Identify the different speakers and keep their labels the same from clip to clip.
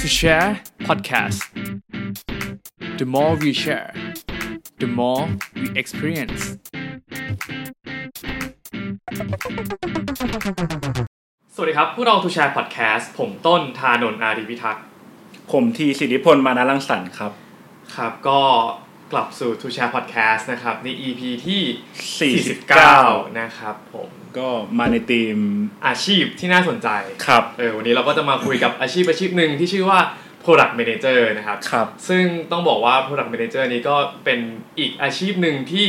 Speaker 1: to share podcast the more we share the more we experience สวัสดีครับ พวกเรา to share podcast ผมต้นธานนท์อารีพิทักษ์
Speaker 2: ผมทีสิทธิพลมานารังสรรค์ครับ
Speaker 1: ครับ ก็กลับสู่ to share podcast นะครับ ใน EP ที่
Speaker 2: 49
Speaker 1: 49 นะครับผม
Speaker 2: ก็มาในทีม
Speaker 1: อาชีพที่น่าสนใจ
Speaker 2: ครับ
Speaker 1: เออวันนี้เราก็จะมาคุยกับ อาชีพอาชีพหนึ่งที่ชื่อว่า Product Manager นะครับ
Speaker 2: ครับ
Speaker 1: ซึ่งต้องบอกว่า Product Manager นี้ก็เป็นอีกอาชีพหนึ่งที่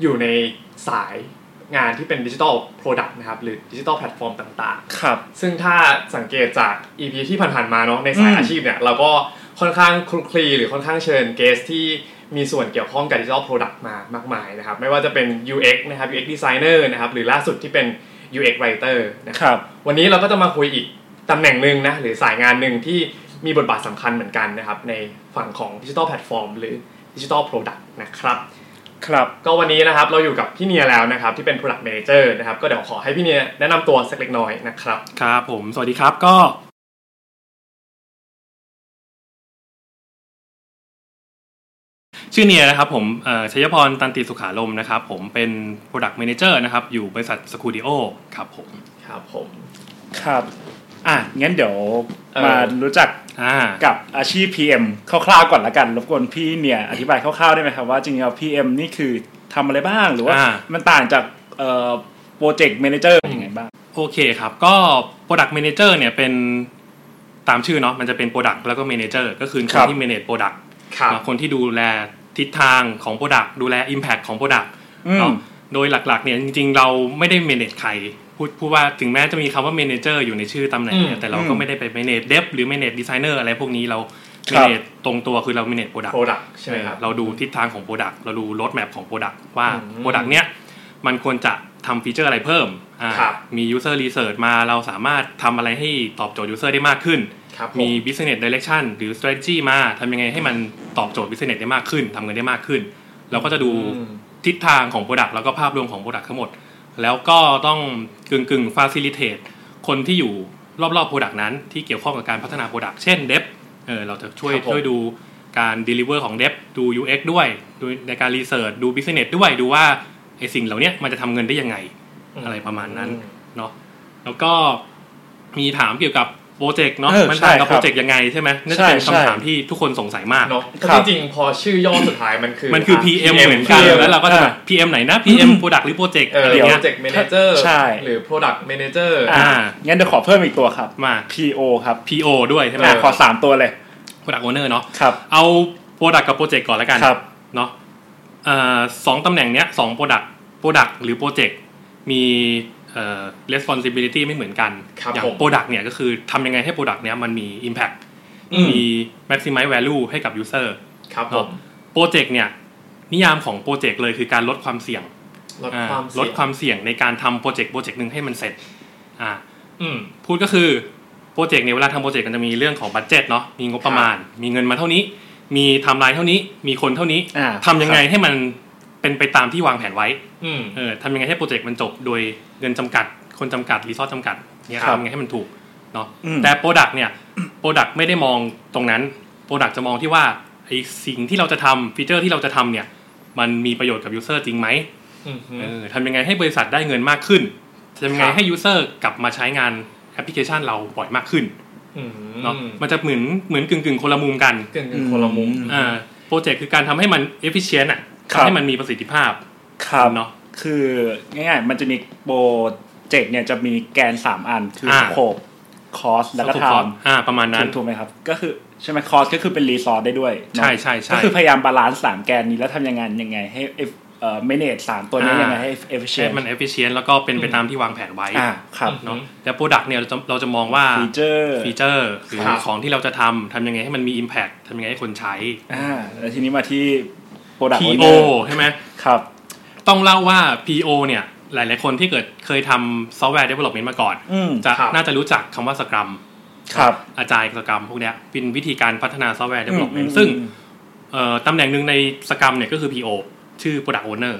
Speaker 1: อยู่ในสายงานที่เป็นดิจิ t a ล Product นะครับ หรือดิจิ t a ลแพลตฟอร์มต่าง
Speaker 2: ครับ
Speaker 1: ๆ ซึ่งถ้าสังเกตจาก EP ที่ผ่านๆมาเนาะในสาย
Speaker 2: อืม
Speaker 1: อาชีพเนี่ย เราก็ค่อนข้างคลุกคลีหรือค่อนข้างเชิญเกสที่มีส่วนเกี่ยวข้องกับดิจิ t a ล Product มามากมายนะครับไม่ว่าจะเป็น UX นะครับ UX Designer นะครับหรือล่าสุดที่เป็น UX Writer นะค
Speaker 2: ครับ รับ
Speaker 1: วันนี้เราก็จะมาคุยอีกตำแหน่งหนึ่งนะ หรือสายงานหนึ่งที่มีบทบาทสำคัญเหมือนกันนะครับ ในฝั่งของดิจิทัลแพลตฟอร์มหรือดิจิทัลโปรดักต์นะครับ
Speaker 2: ครับ
Speaker 1: ก็วันนี้นะครับเราอยู่กับพี่เนียแล้วนะครับ ที่เป็น Product Manager นะครับ ก็เดี๋ยวขอให้พี่เนียแนะนำตัวสักเล็กน้อยนะครับ
Speaker 3: ครับผมสวัสดีครับก็ชื่อเนียนะครับผมเอ่อชัยพรตันติสุขารมณ์นะครับ ผมเป็น Product Manager นะครับ อยู่บริษัทสคูดิโอครับผม
Speaker 1: ครับผม
Speaker 2: ครับ อ่ะ งั้นเดี๋ยว
Speaker 1: เอ่อ
Speaker 2: มารู้จัก
Speaker 3: อ่า
Speaker 2: กับอาชีพ PM คร่าวๆก่อนละกันรบกวนพี่เนี่ยอธิบายคร่าวๆได้ไหมครับว่าจริงๆแล้ว PM นี่คือทำอะไรบ้างหรือว่า
Speaker 3: อ่า
Speaker 2: มันต่างจากเอ่อโปรเจกต์แมเนเจอร์เป็นยังไงบ้าง
Speaker 3: โอเคครับ ก็ Product Manager เนี่ยเป็นตามชื่อเนาะมันจะเป็น Product แล้วก็ Manager ก็คือ
Speaker 2: ค
Speaker 3: ค
Speaker 2: รั
Speaker 3: น
Speaker 2: บ
Speaker 3: ที่ Manage Product
Speaker 1: ครับ
Speaker 3: เนาะคนที่ดูแลทิศทางของ Product ดูแล Impact ของ Product
Speaker 2: อืม
Speaker 3: เนาะโดยหลักๆเนี่ยจริงๆ เราไม่ได้เมเนจใครพูดพูดว่าถึงแม้จะมีคำว่าเมเนเจอร์อยู่ในชื่อตำแหน่งเนี่
Speaker 1: อื
Speaker 3: ย
Speaker 1: ม
Speaker 3: แต่เราก็ไม่ได้ไปเมเนจเดฟหรือเมเนจดีไซเนอร์อะไรพวกนี้เรา
Speaker 2: ค
Speaker 3: เม
Speaker 2: รับ
Speaker 3: เนจตรงตัวคือเราเมเนจโปรดัก
Speaker 1: โปรดักต์ใช่ไหมครับ
Speaker 3: เราดูทิศทางของโปรดักเราดูรถแมพของโปรดักว่า
Speaker 1: อืม
Speaker 3: โปรดักเนี้ยมันควรจะทำฟีเจอร์อะไรเพิ่มอ่า
Speaker 1: ครับ
Speaker 3: มี user research มาเราสามารถทำอะไรให้ตอบโจทย์ user ได้มากขึ้น
Speaker 1: ครับผ
Speaker 3: มี business direction หรือ strategy มาทำยังไงให้มันตอบโจทย์ business ได้มากขึ้นทำเงินได้มากขึ้น เราก็จะดู
Speaker 1: อืม
Speaker 3: ทิศทางของ Product แล้วก็ภาพรวมของ Product ทั้งหมด แล้วก็ต้องกึ่งกึ่ง facilitate คนที่อยู่รอบๆ Product นั้นที่เกี่ยวข้องกับการพัฒนา Product เช่น Dev เออเราจะช่วย
Speaker 1: ครับผม
Speaker 3: ช่วยดูการ deliver ของ Dev ดู UX ด้วยดูในการ research ดู business ด้วยดูว่าไอสิ่งเหล่าเนี้ยมันจะทำเงินได้ยังไง อะไรประมาณนั้น เนาะแล้วก็มีถามเกี่ยวกับโปรเจกต์เนาะ
Speaker 2: เออ
Speaker 3: มันต่าง
Speaker 2: ใช่ครั
Speaker 3: กับ
Speaker 2: บ
Speaker 3: โปรเจกต์ยังไงใช่ไหมน่าจะเป็น
Speaker 2: ใช่ใช่
Speaker 3: คำถามที่ทุกคนสงสัยมาก
Speaker 1: เนาะ
Speaker 2: ครั
Speaker 1: จ
Speaker 2: บ
Speaker 1: ริงๆพอชื่อย่อสุดท้ายมันคือ
Speaker 3: มันคือ
Speaker 1: ะ
Speaker 3: PM เหมือนกัน
Speaker 1: PM
Speaker 3: แล้วเราก็จะแบบ PM ไหนนะ PM Product หรือ Project
Speaker 1: เอ
Speaker 3: อะ
Speaker 1: อ
Speaker 3: ไร
Speaker 1: โป
Speaker 3: เงี้
Speaker 1: ร
Speaker 3: ย
Speaker 1: เจกต์แมเนเจอร์
Speaker 2: ใช่
Speaker 1: หรือโปรดักต์แมเนเจอร์
Speaker 2: อ่า
Speaker 3: อ่า
Speaker 2: งั้นเดี๋ยวขอเพิ่มอีกตัวครับ
Speaker 3: มา
Speaker 2: PO ครับ
Speaker 3: PO ด้วยใช่ไหม
Speaker 2: อ่ะขอสามตัวเลย
Speaker 3: Product Owner เนาะ
Speaker 2: ครับ
Speaker 3: เอา Product กับ Project ก่อนแล้วกัน
Speaker 2: ครับ
Speaker 3: เนาะเอ่อสองตำแหน่งเนี้ยสอง Product Product หรือ Project มีเอ่อ responsibility ไม่เหมือนกัน
Speaker 1: ครับ
Speaker 3: อย่าง
Speaker 1: ผม
Speaker 3: Product เนี่ยก็คือทำยังไงให้ Product เนี้ยมันมี Impact
Speaker 1: อืม
Speaker 3: มี maximize value ให้กับ user
Speaker 1: ครับผ
Speaker 3: เนาะ
Speaker 1: ม
Speaker 3: โปรเจกต์เนี่ยนิยามของโปรเจกต์เลยคือการลดความเสี่ยง
Speaker 1: ลด
Speaker 3: อ่า
Speaker 1: ความเสี่ยง
Speaker 3: ลดความเสี่ยงในการทำโปรเจกต์โปรเจกต์หนึ่งให้มันเสร็จอ่า
Speaker 1: อืม
Speaker 3: พูดก็คือโปรเจกต์เนี่ยเวลาทำโปรเจกต์กันจะมีเรื่องของบัตเจ็ตเนาะมีงบประมาณ มีเงินมาเท่านี้ มีไทม์ไลน์เท่านี้ มีคนเท่านี้
Speaker 2: อ่า
Speaker 3: ทำยังไงให้มันเป็นไปตามที่วางแผนไว้
Speaker 1: อืม
Speaker 3: เออทำยังไงให้โปรเจกต์มันจบโดยเงินจำกัด คนจำกัดรีซอสจำกัดเนี่ย
Speaker 2: ครับ
Speaker 3: ทำยังไงให้มันถูกเนาะ
Speaker 2: อืม
Speaker 3: แต่โปรดักต์เนี่ยโปรดักต์ไม่ได้มองตรงนั้นโปรดักต์จะมองที่ว่าไอสิ่งที่เราจะทำฟีเจอร์ที่เราจะทำเนี่ยมันมีประโยชน์กับยูเซอร์จริงไหม
Speaker 1: อืม
Speaker 3: เออทำยังไงให้บริษัทได้เงินมากขึ้นทำยังไง
Speaker 1: ครับ
Speaker 3: ให้ยูเซอร์กลับมาใช้งานแอปพลิเคชันเราบ่อยมากขึ้น
Speaker 1: อืม
Speaker 3: เนาะ มันจะเหมือนเหมือนกึ่งกึ่งๆคนละมุมกัน
Speaker 1: เกินกันคนละมุม
Speaker 2: อืม
Speaker 3: อ่าโปรเจกต์คือการทำให้มันเอฟฟิเชนต์อ่ะ
Speaker 2: ครับ
Speaker 3: ทำให้มันมีประสิทธิภาพ
Speaker 2: ครับ
Speaker 3: เนาะ
Speaker 2: คือง่ายๆ มันจะมีโปรเจกต์เนี่ยจะมีแกน 3 อัน คือ
Speaker 3: อ่า
Speaker 2: สโคปคอสแล้วก็ไท
Speaker 3: สรุป
Speaker 2: ม์
Speaker 3: อ่าประมาณนั้น
Speaker 2: ถูกไหมครับ ก็คือใช่ไหมคอสก็คือเป็นรีซอสได้ด้วยเนอะ
Speaker 3: ใช่ใช่ใช่
Speaker 2: ก็คือพยายามบาลานซ์สามแกนนี้แล้วทำยังไงยังไงให้เอฟเอ่อเมเนจสามตัวนี้
Speaker 3: อ่ายั
Speaker 2: ยังไงให้เอฟเฟชชั่
Speaker 3: ให้
Speaker 2: น
Speaker 3: มันเอฟฟิเชนต์แล้วก็เป็นไปตามที่วางแผนไว้
Speaker 2: อ่าครับ
Speaker 3: เนาะแต่โปรดักต์เนี่ยเราจะเราจะมองว่า
Speaker 2: ฟีเจอร์
Speaker 3: ฟีเจอร์หรือ
Speaker 1: ครับ
Speaker 3: ของที่เราจะทำทำยังไงให้มันมี Impact ทำยังไงให้คนใช้
Speaker 2: อ่าแล้วทีนี้มาที่โปรดักต์
Speaker 3: PO ใช่ไหม
Speaker 2: ครับ
Speaker 3: ต้องเล่าว่า PO เนี่ย หลาย ๆ คนที่เกิดเคยทำซอฟต์แวร์ development มาก่อน
Speaker 2: อืม
Speaker 3: จะ
Speaker 1: ครับ
Speaker 3: น่าจะรู้จักคำว่าสกรัม
Speaker 2: ครับ
Speaker 3: อาจารย์สกรัมพวกเนี้ยเป็นวิธีการพัฒนาซอฟต์แวร์
Speaker 2: อื
Speaker 3: development
Speaker 2: ม
Speaker 3: ซึ่งเอ่อตำแหน่งหนึ่งในสกรัมเนี่ยก็คือ PO ชื่อ product owner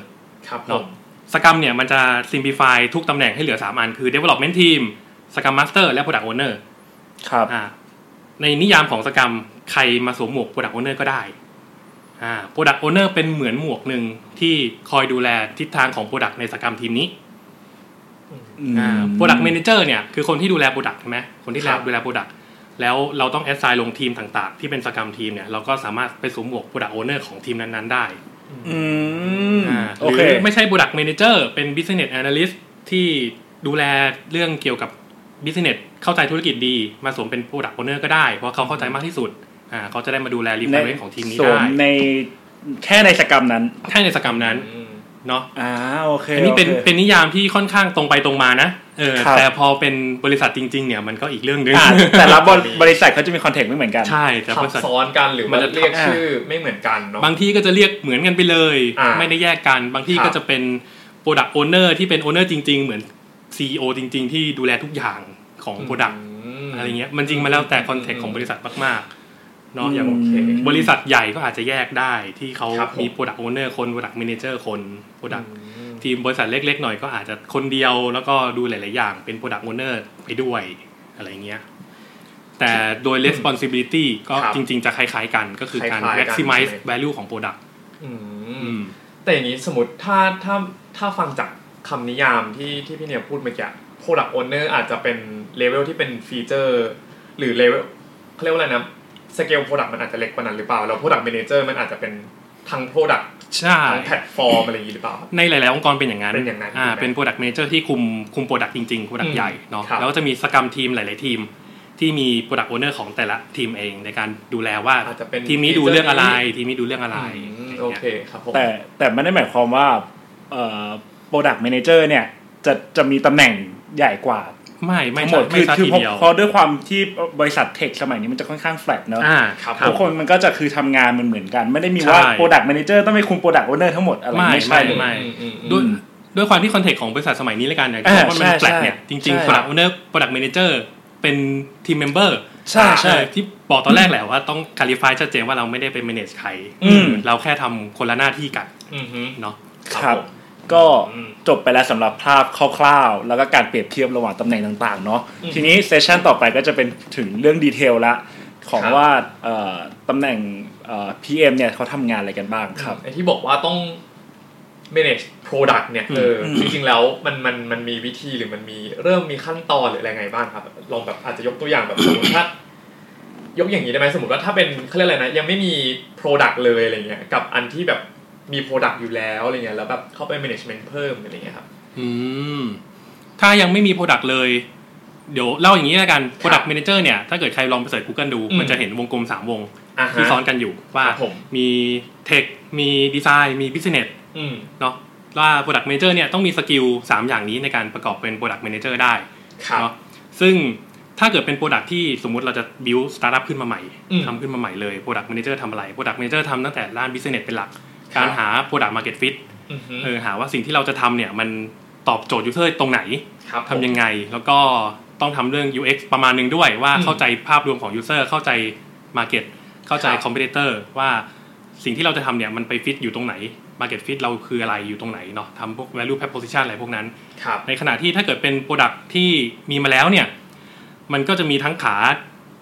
Speaker 1: ครับผ
Speaker 3: เนาะ
Speaker 1: ม
Speaker 3: สกรัมเนี่ยมันจะ simplify ทุกตำแหน่งให้เหลือ 3 อัน คือ development team สกรัม master และ product owner
Speaker 2: ครับ
Speaker 3: อ่า ในนิยามของสกรรมใครมาสวมหมวก Product Owner ก็ได้อ่า Product Owner เป็นเหมือนหมวกหนึ่งที่คอยดูแลทิศทางของ Product ในสกรรมทีมนี้อ่า Product Manager เนี่ยคือคนที่ดูแล Product ใช่ไหมคนที่
Speaker 1: ครับ
Speaker 3: ดูแล Product แล้วเราต้องแอดไซน์ลงทีมต่างๆ ที่เป็นสกรรมทีมเนี่ยเราก็สามารถไปสวมหมวก Product Owner ของทีมนั้นๆได้
Speaker 2: อืม
Speaker 3: อ่า
Speaker 2: โอ
Speaker 3: ห
Speaker 2: เค
Speaker 3: รือไม่ใช่ Product Manager เป็น Business Analyst ที่ดูแลเรื่องเกี่ยวกับ Business เข้าใจธุรกิจดี มาสวมเป็น Product Owner ก็ได้ เพราะเขาเข้าใจมากที่สุดอ่าเขาจะได้มาดูแล requirement ของทีมนี้
Speaker 2: สว
Speaker 3: ได้
Speaker 2: มในแค่ในสกรรมนั้น
Speaker 3: ใช่ในสกรรมนั้นเนาะ
Speaker 2: อ่าโอเค
Speaker 3: อันนี้เป็น
Speaker 2: โค
Speaker 3: เป็นนิยามที่ค่อนข้างตรงไปตรงมานะเออ
Speaker 2: ครับ
Speaker 3: แต่พอเป็นบริษัทจริง ๆ เนี่ยมันก็อีกเรื่องหนึง
Speaker 2: อ่าแต่ละบริบริษัทเขาจะมีคอนเทกต์ไม่เหมือนกัน
Speaker 3: ใช่แต่บริษั
Speaker 1: ทับ
Speaker 3: ท
Speaker 1: ซ้อนกันหรือ
Speaker 3: มั
Speaker 1: ว่าน
Speaker 3: จะ
Speaker 1: เรียกชื่อไม่เหมือนกันเนาะ
Speaker 3: บางที่ก็จะเรียกเหมือนกันไปเลย
Speaker 1: อ่า
Speaker 3: ไม่ได้แยกกัน บางที่
Speaker 1: ครับ
Speaker 3: ก็จะเป็น Product Owner ที่เป็น Owner จริง ๆ เหมือน CEO จริง ๆ ที่ดูแลทุกอย่างของ Product
Speaker 1: ม
Speaker 3: อะไรเงี้ยมันจริงมาแล้วแต่คอนเทกต์ของบริษัทมากๆเนาะอย่าง
Speaker 1: โอเค
Speaker 3: บริษัทใหญ่ก็อาจจะแยกได้ที่เขา
Speaker 1: ครับผม
Speaker 3: มี Product Owner คน Product Manager คน Product
Speaker 1: อืม
Speaker 3: ทีมบริษัทเล็ก ๆ หน่อยก็อาจจะคนเดียวแล้วก็ดูหลาย ๆ อย่างเป็น Product Owner ไปด้วยอะไรเงี้ยแต่โดย responsibility ก็
Speaker 1: ครับ
Speaker 3: จริง ๆ จะคล้าย ๆ กันก็คือการ
Speaker 1: คล้ายๆกัน
Speaker 3: maximize
Speaker 1: ใช่ไหม
Speaker 3: value ของ Product
Speaker 1: อื
Speaker 3: อื
Speaker 1: ม
Speaker 3: ม
Speaker 1: แต่อย่างนี้สมมติถ้าถ้าถ้าฟังจากคำนิยามที่ที่พี่เนี่ยพูดเมื่อกี้ Product Owner อาจจะเป็นเลเวลที่เป็นฟีเจอร์ หรือเลเวลเขาเรียกว่าอะไรนะสเกล Product มันอาจจะเล็กกว่านั้นหรือเปล่า แล้ว Product Manager มันอาจจะเป็นทั้ง Product
Speaker 3: ใช่
Speaker 1: ทั้งแพลตฟอร์มอะไรอย่างนี้หรือเปล่า
Speaker 3: ในหลาย ๆ องค์กรเป็นอย่างนั้น
Speaker 1: เป็นอย่างนั้น
Speaker 3: อ่า
Speaker 1: ใช่ไหม
Speaker 3: เป็น Product Manager ที่คุมคุม Product จริง ๆ
Speaker 1: อื
Speaker 3: Product
Speaker 1: ม
Speaker 3: ใหญ่เนาะ
Speaker 1: ครับ
Speaker 3: แล้วก็จะมีสกรรมทีมหลาย ๆ ทีม ที่มี Product Owner ของแต่ละทีมเอง ในการดูแลว่า
Speaker 1: อาจจะเป็น
Speaker 3: ทีมนี้ดูเรื่องอะไร ทีมนี้ดูเรื่องอะไร
Speaker 1: อืมโอเคครับผม
Speaker 2: แต่แต่ไม่ได้หมายความว่าเอ่อ product manager เนี่ยจะจะมีตำแหน่งใหญ่กว่า
Speaker 3: ไม่ไม่
Speaker 2: ทั้งหมด
Speaker 3: ใช่ไม่
Speaker 2: คือ
Speaker 3: ใช่
Speaker 2: คือ
Speaker 3: ที
Speaker 2: เพราะเพ
Speaker 3: เดียว
Speaker 2: ราะด้วยความที่บริษัทเทคสมัยนี้มันจะค่อนข้างแฟลตเนอะ
Speaker 3: อ่า
Speaker 1: ครับ
Speaker 2: ทุกคนมันก็จะคือทำงานมันเหมือนกัน ไม่ได้มี
Speaker 3: ใช่
Speaker 2: ว่า product manager ต้องไปคุม product owner ทั้งหมดอะไร
Speaker 3: ไม่
Speaker 2: ไม่ใช่
Speaker 3: ไม่
Speaker 2: เลย
Speaker 1: อืมอืม
Speaker 3: ด้วยด้วยความที่คอนเทกต์ของบริษัทสมัยนี้แล้วกันเนี่ย
Speaker 2: อ่า
Speaker 3: เพราะว่ามัน
Speaker 2: ใช่
Speaker 3: แฟลตเนี่ย
Speaker 2: ใช่
Speaker 3: จริง
Speaker 2: ใช่
Speaker 3: ๆ Product Owner Product Manager เป็นทีมเมมเบอร์
Speaker 2: ใช่ใช่
Speaker 3: ที่บอกตอนแรกแหละว่าต้องคาลิฟายชัดเจนว่าเราไม่ได้ไป manage ใคร
Speaker 2: อืม
Speaker 3: เราแค่ทำคนละหน้าที่กัน
Speaker 1: อืมฮึ
Speaker 3: เนาะ
Speaker 2: ครับ
Speaker 1: ผม
Speaker 2: ก็
Speaker 1: อืม
Speaker 2: จบไปแล้วสำหรับภาพคร่าวๆ แล้วก็การเปรียบเทียบระหว่างตำแหน่งต่างๆเนาะ
Speaker 1: อืม
Speaker 2: ทีนี้เซสชันต่อไปก็จะเป็นถึงเรื่องดีเทลละ ของ
Speaker 1: ครับ
Speaker 2: ว่าเอ่อตำแหน่งเอ่อ PM เนี่ยเขาทำงานอะไรกันบ้างครับ
Speaker 1: ไอที่บอกว่าต้อง manage product เนี่ยเอออ
Speaker 2: ม
Speaker 1: จริงๆแล้วมันมันมันมีวิธีหรือมันมีเริ่มมีขั้นตอนหรืออะไรไงบ้างครับ ลองแบบอาจจะยกตัวอย่างแบบ สมมติถ้ายกอย่างนี้ได้ไหมสมมติว่าถ้าเป็นเขาเรียกอะไรนะยังไม่มี product เลยอะไรเงี้ยกับอันที่แบบมี product อยู่แล้วอะไรเงี้ยแล้วแบบเข้าไป management เพิ่มอะไรเงี้ยครับ
Speaker 3: อืม ถ้ายังไม่มี Product เลย เดี๋ยวเล่าอย่างนี้แล้วกัน Product Manager เนี่ย ถ้าเกิดใครลองไปเสิร์ช Google ดู
Speaker 1: อืม
Speaker 3: มันจะเห็นวงกลม 3 วง
Speaker 1: อ่าฮะ
Speaker 3: ที่ซ้อนกันอยู่ว่า
Speaker 1: ครับผม
Speaker 3: มี Tech มี Design มี Business
Speaker 1: อืม
Speaker 3: เนาะว่า Product Manager เนี่ย ต้องมีสกิล 3 อย่างนี้ในการประกอบเป็น Product Manager ได้
Speaker 1: ครับ
Speaker 3: เนาะซึ่งถ้าเกิดเป็น Product ที่สมมุติเราจะ build startup ขึ้นมาใหม่
Speaker 1: อืม
Speaker 3: ทำขึ้นมาใหม่เลย Product Manager ทำอะไร Product Manager ทำตั้งแต่ด้าน Business เป็นหลัก
Speaker 1: ครับ
Speaker 3: การหา Product Market Fit
Speaker 1: อือฮึ
Speaker 3: เออหาว่าสิ่งที่เราจะทำเนี่ยมันตอบโจทย์ยูเซอร์ตรงไหน
Speaker 1: ครับ
Speaker 3: ทำยังไง แล้วก็ต้องทำเรื่อง UX ประมาณหนึงด้วยว่าเข้าใจภาพรวมของยูเซอร์เข้าใจ Market เข้าใจ Competitor ว่าสิ่งที่เราจะทำเนี่ยมันไปฟิตอยู่ตรงไหน Market Fit เราคืออะไรอยู่ตรงไหนเนาะทำพวก Value Proposition อะไรพวกนั้น
Speaker 1: ครับ
Speaker 3: ในขณะที่ถ้าเกิดเป็น Product ที่มีมาแล้วเนี่ย มันก็จะมีทั้งขา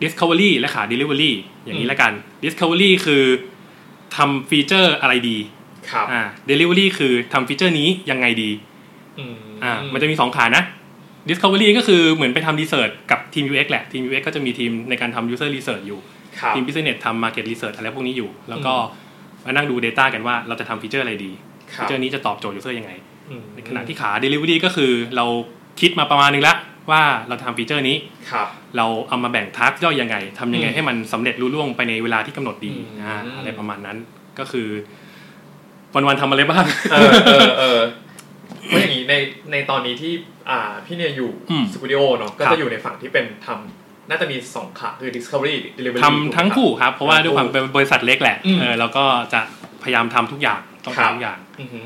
Speaker 3: Discovery และขา Delivery อย่างนี้ละกัน Discovery คือทำฟีเจอร์อะไรดี
Speaker 1: ครับ
Speaker 3: อ่า delivery คือทำฟีเจอร์นี้ยังไงดี
Speaker 1: อืม
Speaker 3: อ่า มันจะมี 2 ขานะ discovery ก็คือเหมือนไปทำ research กับทีม UX แหละ ทีม UX ก็จะมีทีมในการทำ user research อยู่
Speaker 1: ครับ
Speaker 3: ทีม business ทำ market research อะไรพวกนี้อยู่ แล้วก็มานั่งดู data กันว่าเราจะทำฟีเจอร์อะไรดี
Speaker 1: ค
Speaker 3: ฟี
Speaker 1: รับ
Speaker 3: เจอร์นี้จะตอบโจทย์ user ยังไง
Speaker 1: อืม
Speaker 3: ในขณะที่ขา delivery ก็คือเราคิดมาประมาณนึงละว่าเราจะทำฟีเจอร์นี้
Speaker 1: ครับ
Speaker 3: เราเอามาแบ่งทาร์กย่อยยังไงทำยังไง
Speaker 1: อืม
Speaker 3: ให้มันสำเร็จรุ่ล่วงไปในเวลาที่กำหนดดี
Speaker 1: อืม
Speaker 3: อ่าอะไรประมาณนั้นก็คือ วันๆทำอะไรบ้าง
Speaker 1: เออเออเออเพราะอย่างนี้ในในตอนนี้ที่อ่าพี่เนี่ยอยู่
Speaker 3: อืม
Speaker 1: สตูดิโอเนาะก็
Speaker 3: ครั
Speaker 1: จะ
Speaker 3: บ
Speaker 1: อยู่ในฝั่งที่เป็นทำน่าจะมีสองขาคือ Discovery Delivery
Speaker 3: ทำทั้งคู่
Speaker 1: ถูกไหม
Speaker 3: ครับ เพราะว่าด้วยความเป็นบริษัทเล็กแหละ
Speaker 1: อืม
Speaker 3: เออเราก็จะพยายามทำทุกอย่างต้อง
Speaker 1: ครับ
Speaker 3: ทำทุกอย่าง
Speaker 1: อือหือ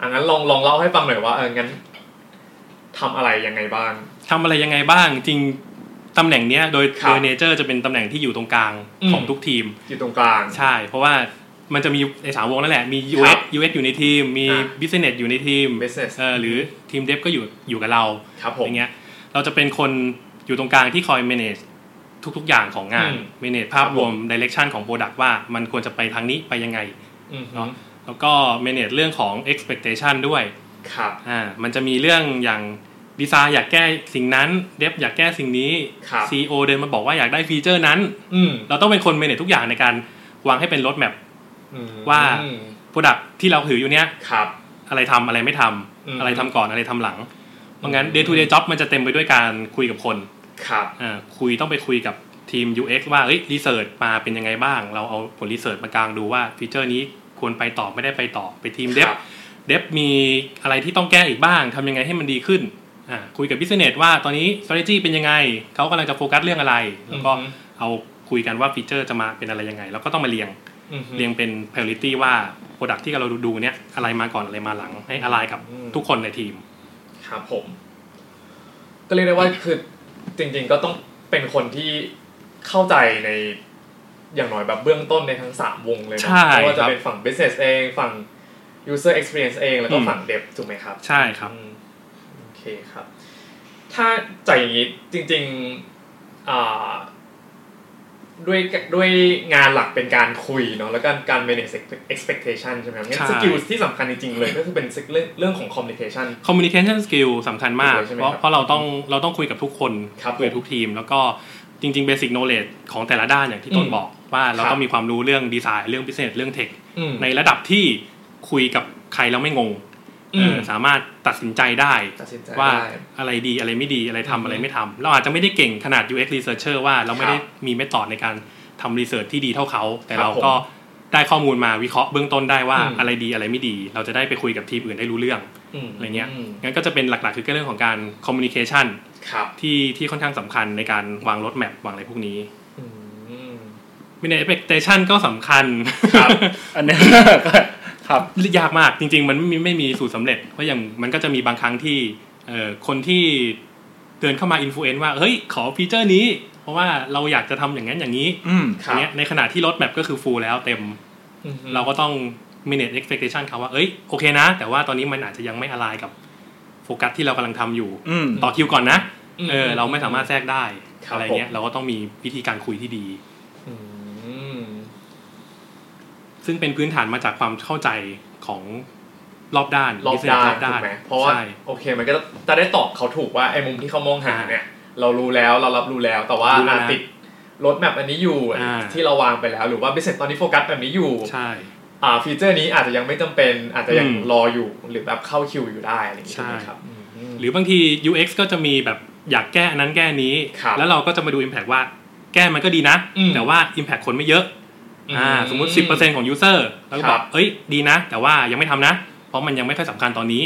Speaker 1: อ่ะงั้นลองลองเล่าให้ฟังหน่อยว่าเอองั้นทำอะไรยังไงบ้าง
Speaker 3: ทำอะไรยังไงบ้างจริงตำแหน่งเนี้ยโดย
Speaker 1: ครับ
Speaker 3: โดยเนเจอร์จะเป็นตำแหน่งที่อยู่ตรงกลาง
Speaker 1: อืม
Speaker 3: ของทุกทีม
Speaker 1: อยู่ตรงกลาง
Speaker 3: ใช่ เพราะว่ามันจะมีในสามวงนั่นแหละ มี
Speaker 1: ครั
Speaker 3: UX
Speaker 1: บ
Speaker 3: UX อยู่ในทีม มี
Speaker 1: อ่า
Speaker 3: Business อยู่ในทีม
Speaker 1: Business
Speaker 3: เออหรือทีมเดฟก็อยู่อยู่กับเรา
Speaker 1: ครับผ
Speaker 3: อ
Speaker 1: ม
Speaker 3: ย่างเงี้ยเราจะเป็นคนอยู่ตรงกลางที่คอย manage ทุก ๆ อย่างของงาน
Speaker 1: อืม
Speaker 3: เมเนจภาพรวมดิเรกชันของโปรดักต์ว่ามันควรจะไปทางนี้ไปยังไง
Speaker 1: อืม
Speaker 3: เนาะ แล้วก็เมเนจเรื่องของ expectation ด้วย
Speaker 1: ครับ
Speaker 3: อ่ามันจะมีเรื่องอย่างดีไซน์อยากแก้สิ่งนั้น เดฟอยากแก้สิ่งนี้
Speaker 1: ครับ
Speaker 3: CEO เดินมาบอกว่าอยากได้ฟีเจอร์นั้น
Speaker 1: อืม
Speaker 3: เราต้องเป็นคนเมเนจทุกอย่างในการวางให้เป็นรถแมพ
Speaker 1: อืม
Speaker 3: ว่า โปรดักที่เราถืออยู่เนี้ย
Speaker 1: ครับ
Speaker 3: อะไรทำอะไรไม่ทำ
Speaker 1: อืม
Speaker 3: อะไรทำก่อนอะไรทำหลังเพราะงั้น day to day job มันจะเต็มไปด้วยการคุยกับคน
Speaker 1: ครับ
Speaker 3: อ่าคุยต้องไปคุยกับทีม UX ว่าเฮ้ยรีเสิร์ชมาเป็นยังไงบ้าง เราเอาผลรีเสิร์ชมากลางดูว่าฟีเจอร์นี้ควรไปต่อไม่ได้ไปต่อไปทีมเดฟ
Speaker 1: ครับ
Speaker 3: เดฟมีอะไรที่ต้องแก้อีกบ้างทำยังไงให้มันดีขึ้นอ่าคุยกับบิสเนสว่าตอนนี้ strategy เป็นยังไง เขากำลังจะโฟกัสเรื่องอะไร แล้วก็เอาคุยกันว่าฟีเจอร์จะมาเป็นอะไรยังไง แล้วก็ต้องมาเรียง
Speaker 1: อืม
Speaker 3: เรียงเป็น priority ว่า product ที่เราดูดูเนี่ยอะไรมาก่อนอะไรมาหลัง ให้อะไรกับ
Speaker 1: อืม
Speaker 3: ทุกคนในทีม
Speaker 1: ครับผม ก็เรียกได้ว่าคือจริง ๆ ก็ต้องเป็นคนที่เข้าใจในอย่างน้อยแบบเบื้องต้นในทั้งสามวงเลยนะ
Speaker 3: ใช่
Speaker 1: ไม่ว่า
Speaker 3: ครั
Speaker 1: จะ
Speaker 3: บ
Speaker 1: เป็นฝั่ง business เองฝั่ง user experience เองแล้วก็
Speaker 3: อืม
Speaker 1: ฝั่ง dev ถูกไหมครับ
Speaker 3: ใช่ครับ
Speaker 1: อืมโอเคครับ ถ้าจากอย่างนี้จริงๆอ่าด้วยด้วยงานหลักเป็นการคุยเนาะแล้วก็การ manage expect- expectation ใช่ไหมครับงั้น
Speaker 3: ใช่
Speaker 1: สกิลที่สำคัญจริงๆเลย ก็คือเป็น skill เรื่องเรื่องของ communication
Speaker 3: communication skill สำคัญมาก
Speaker 1: ถูกเลยใช่ไหม
Speaker 3: เพราะ
Speaker 1: ครับ
Speaker 3: เพราะเราต้องเราต้องคุยกับทุกคน
Speaker 1: ครับ
Speaker 3: คุยกับทุกทีม แล้วก็จริงๆ basic knowledge ของแต่ละด้านอย่างที่ต้น
Speaker 1: อืม
Speaker 3: บอกว่าเรา
Speaker 1: ครับ
Speaker 3: ต้องมีความรู้เรื่องดีไซน์เรื่อง business เรื่อง tech
Speaker 1: อืม
Speaker 3: ในระดับที่คุยกับใครแล้วไม่งง
Speaker 1: อืม
Speaker 3: เออสามารถตัดสินใจได้
Speaker 1: ตัดสินใจ
Speaker 3: ว่า
Speaker 1: ได้
Speaker 3: อะไรดีอะไรไม่ดีอะไรทำ
Speaker 1: อืม
Speaker 3: อะไรไม่ทำเราอาจจะไม่ได้เก่งขนาด UX researcher ว่าเราไม่ได้มีเมธอดในการทำรีเสิร์ชที่ดีเท่าเขา แต่
Speaker 1: ครับ
Speaker 3: เราก็ได้ข้อมูลมาวิเคราะห์เบื้องต้นได้ว่า
Speaker 1: อืม
Speaker 3: อะไรดีอะไรไม่ดี เราจะได้ไปคุยกับทีมอื่นได้รู้เรื่อง
Speaker 1: ม
Speaker 3: อะไรเงี้ย
Speaker 1: ม
Speaker 3: งั้นก็จะเป็นหลักๆ คือเรื่องของการ communication
Speaker 1: ครับ
Speaker 3: ที่ที่ค่อนข้างสำคัญในการวางรถแมพวางอะไรพวกนี้
Speaker 1: อืม
Speaker 3: วินัย expectation ก็สำคัญ
Speaker 1: ครับ
Speaker 2: อันเนี้ย ครับ
Speaker 3: ยากมากจริง ๆ มันไม่มีไม่มีสูตรสำเร็จเพราะอย่างมันก็จะมีบางครั้งที่เอ่อคนที่เดินเข้ามาอินฟลูเอนซ์ว่าเฮ้ยขอฟีเจอร์นี้ เพราะว่าเราอยากจะทำอย่างนั้นอย่างนี้
Speaker 2: อืม
Speaker 1: ค
Speaker 3: อั
Speaker 1: รั
Speaker 3: น
Speaker 1: บ
Speaker 3: เนี้ยในขณะที่รถแมพก็คือฟูลแล้วเต็ม
Speaker 1: อืม
Speaker 3: เราก็ต้อง manage expectation เขาว่าเอ้ยโอเคนะ แต่ว่าตอนนี้มันอาจจะยังไม่อะไรกับโฟกัสที่เรากำลังทำอยู่
Speaker 2: อืม
Speaker 3: ต่อคิวก่อนนะ
Speaker 1: ม
Speaker 3: เออเราไม่สามารถแทรกได้
Speaker 1: ครับ
Speaker 3: อะไรเงี้ย
Speaker 1: ผม
Speaker 3: เราก็ต้องมีวิธีการคุยที่ดี
Speaker 1: อืม
Speaker 3: ซึ่งเป็นพื้นฐานมาจากความเข้าใจของรอบด้าน
Speaker 1: รอบ
Speaker 3: business
Speaker 1: ด้านถูกไหมเพราะว่า
Speaker 3: ใช่
Speaker 1: โอเคมันก็จะได้ตอบเขาถูกว่าไอ้มุมที่เขามองหาเนี่ย เรารู้แล้วเรารับรู้แล้ว แต่ว่า
Speaker 3: รู้แล้ว
Speaker 1: อาจติดรถแมปอันนี้อยู่
Speaker 3: อ่า
Speaker 1: ที่เราวางไปแล้ว หรือว่า business ตอนนี้โฟกัสแบบนี้อยู่
Speaker 3: ใช่
Speaker 1: อ่าฟีเจอร์นี้อาจจะยังไม่จำเป็นอาจจะยัง
Speaker 3: อืม
Speaker 1: รออยู่หรือแบบเข้าคิวอยู่ได้อะไรอย่างเงี้ย
Speaker 3: ใช่
Speaker 1: ใช่ไหมครับอืม
Speaker 3: หรือบางที UX ก็จะมีแบบอยากแก้อันนั้นแก้นี้
Speaker 1: ครับ
Speaker 3: แล้วเราก็จะมาดู Impact ว่าแก้มันก็ดีนะ
Speaker 1: อืม
Speaker 3: แต่ว่า Impact คนไม่เยอะอ่าสมมุติ 10%ของ User แล้วก็
Speaker 1: ครับ
Speaker 3: อบ กเอ้ยดีนะ แต่ว่ายังไม่ทำนะ เพราะมันยังไม่ค่อยสำคัญตอนนี้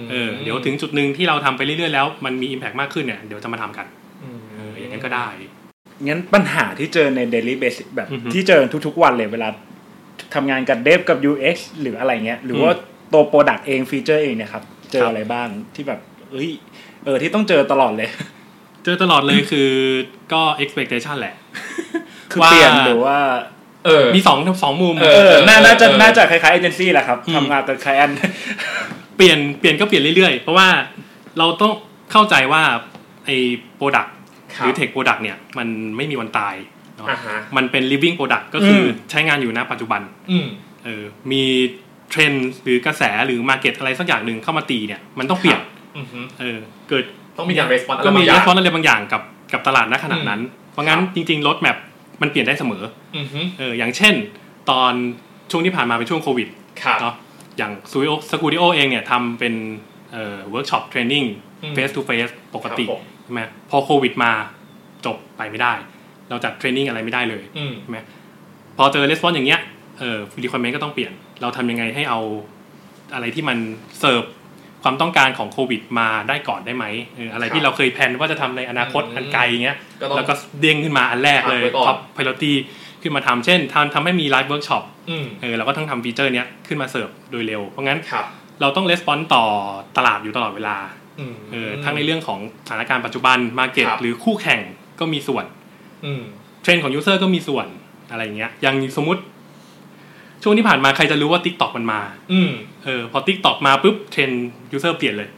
Speaker 1: ม
Speaker 3: เออเดี๋ยวถึงจุดหนึ่งที่เราทำไปเรื่อยๆแล้วมันมี Impact มากขึ้นเนี่ยเดี๋ยวจะมาทำกัน
Speaker 1: อืม
Speaker 3: เอออย่างนั้นก็ได้
Speaker 2: งั้นปัญหาที่เจอใน daily basis แบบ
Speaker 3: อือฮึ
Speaker 2: ที่เจอทุกๆวันเลยเวลาทำงานกับเดฟกับ UX หรืออะไรเงี้ย หรือว่าตัวโปรดักต์เองฟีเจอร์เองเนี่ยครับ เจอ
Speaker 3: ครับ
Speaker 2: อะไรบ้างที่แบบเอ้ยเออที่ต้องเจอตลอดเลย
Speaker 3: เจอตลอดเลยคือก็ expectation แหละ
Speaker 2: คือ
Speaker 3: ว่า
Speaker 2: เปลี่ยนหรือว่า
Speaker 1: เออ
Speaker 3: มีสองสองมุม
Speaker 1: เอ
Speaker 2: เออน่าน่าจะ
Speaker 1: เออ
Speaker 2: น่าจะคล้ายๆเอเจนซี่แหละครับ
Speaker 3: อืม
Speaker 2: ทำงานกับคลเอน
Speaker 3: เปลี่ยนเปลี่ยนก็เปลี่ยนเรื่อยๆ เพราะว่าเราต้องเข้าใจว่าไอ้โปรดัก
Speaker 1: ค
Speaker 3: ห
Speaker 1: บ
Speaker 3: รือ Tech Product เนี่ยมันไม่มีวันตายเนอะ
Speaker 1: อ่าฮะ
Speaker 3: มันเป็น living product ก็คือใช้งานอยู่ณปัจจุบัน
Speaker 1: อืม
Speaker 3: เออมีเทรนด์หรือกระแสหรือ Market อะไรสักอย่างหนึ่งเข้ามาตีเนี่ยมันต้องเปลี่ยน
Speaker 1: ครับ อือฮึ
Speaker 3: เออเกิด
Speaker 1: ต้องมีการ response อะไร
Speaker 3: ก็มี
Speaker 1: บางอ
Speaker 3: รี
Speaker 1: ย่าง
Speaker 3: สปอนอะไรบางอย่างกับกับตลาดณขนาดนั้น เพราะงั้น
Speaker 1: ครับ
Speaker 3: จริงๆรถแมพมันเปลี่ยนได้เสมอ
Speaker 1: อือฮึ
Speaker 3: เอออย่างเช่น ตอนช่วงที่ผ่านมาเป็นช่วงโควิด
Speaker 1: ครับ
Speaker 3: เนาะอย่างซูโอสกูดิโอเองเนี่ยทำเป็นเอ่อเวิร์กช็อปเทรนนิ่ง
Speaker 1: อืม
Speaker 3: เฟสทูเฟสปกติ
Speaker 1: ครับผม
Speaker 3: ใช่ไหมพอโควิดมาจบไปไม่ได้ เราจัดเทรนนิ่งอะไรไม่ได้เลย
Speaker 1: อืม
Speaker 3: ใช่ไหมพอเจอレスปอนอย่างเงี้ยเออรีควอรเมนต์ก็ต้องเปลี่ยน เราทำยังไงให้เอาอะไรที่มันเสิร์ฟความต้องการของโควิดมาได้ก่อนได้ไหมเอออะไรที่เราเคยแพลนว่าจะทำในอนาคตอันไกลเงี้ย
Speaker 1: ก็ต้อง
Speaker 3: แล้วก็เด้งขึ้นมาอันแรกเลย
Speaker 1: ทำไว้ก่อน
Speaker 3: ท็อปพิลอตีขึ้นมาทำเช่นทำทำให้มีไลฟ์เวิร์กช็อป
Speaker 1: อืม
Speaker 3: เออเราก็ต้องทำฟีเจอร์เนี้ยขึ้นมาเสิร์ฟโดยเร็ว เพราะงั้น
Speaker 1: ครับ
Speaker 3: เราต้องレスปอนต่อตลาดอยู่ตลอดเวลา
Speaker 1: อืม
Speaker 3: เออทั้งในเรื่องของสถานการณ์ปัจจุบันมาเก็ต
Speaker 1: ครับ
Speaker 3: หรือคู่แข่งก็มีส่วน
Speaker 1: อืม
Speaker 3: เทรนด์ของยูเซอร์ก็มีส่วนอะไรอย่างเงี้ยอย่างสมมติ ช่วงที่ผ่านมาใครจะรู้ว่า t ิ k t o k มันมา
Speaker 1: อืม
Speaker 3: เออพอ t ิ k t o k มาปุ๊บเทรนด์ยูเซอร์เปลี่ยนเลย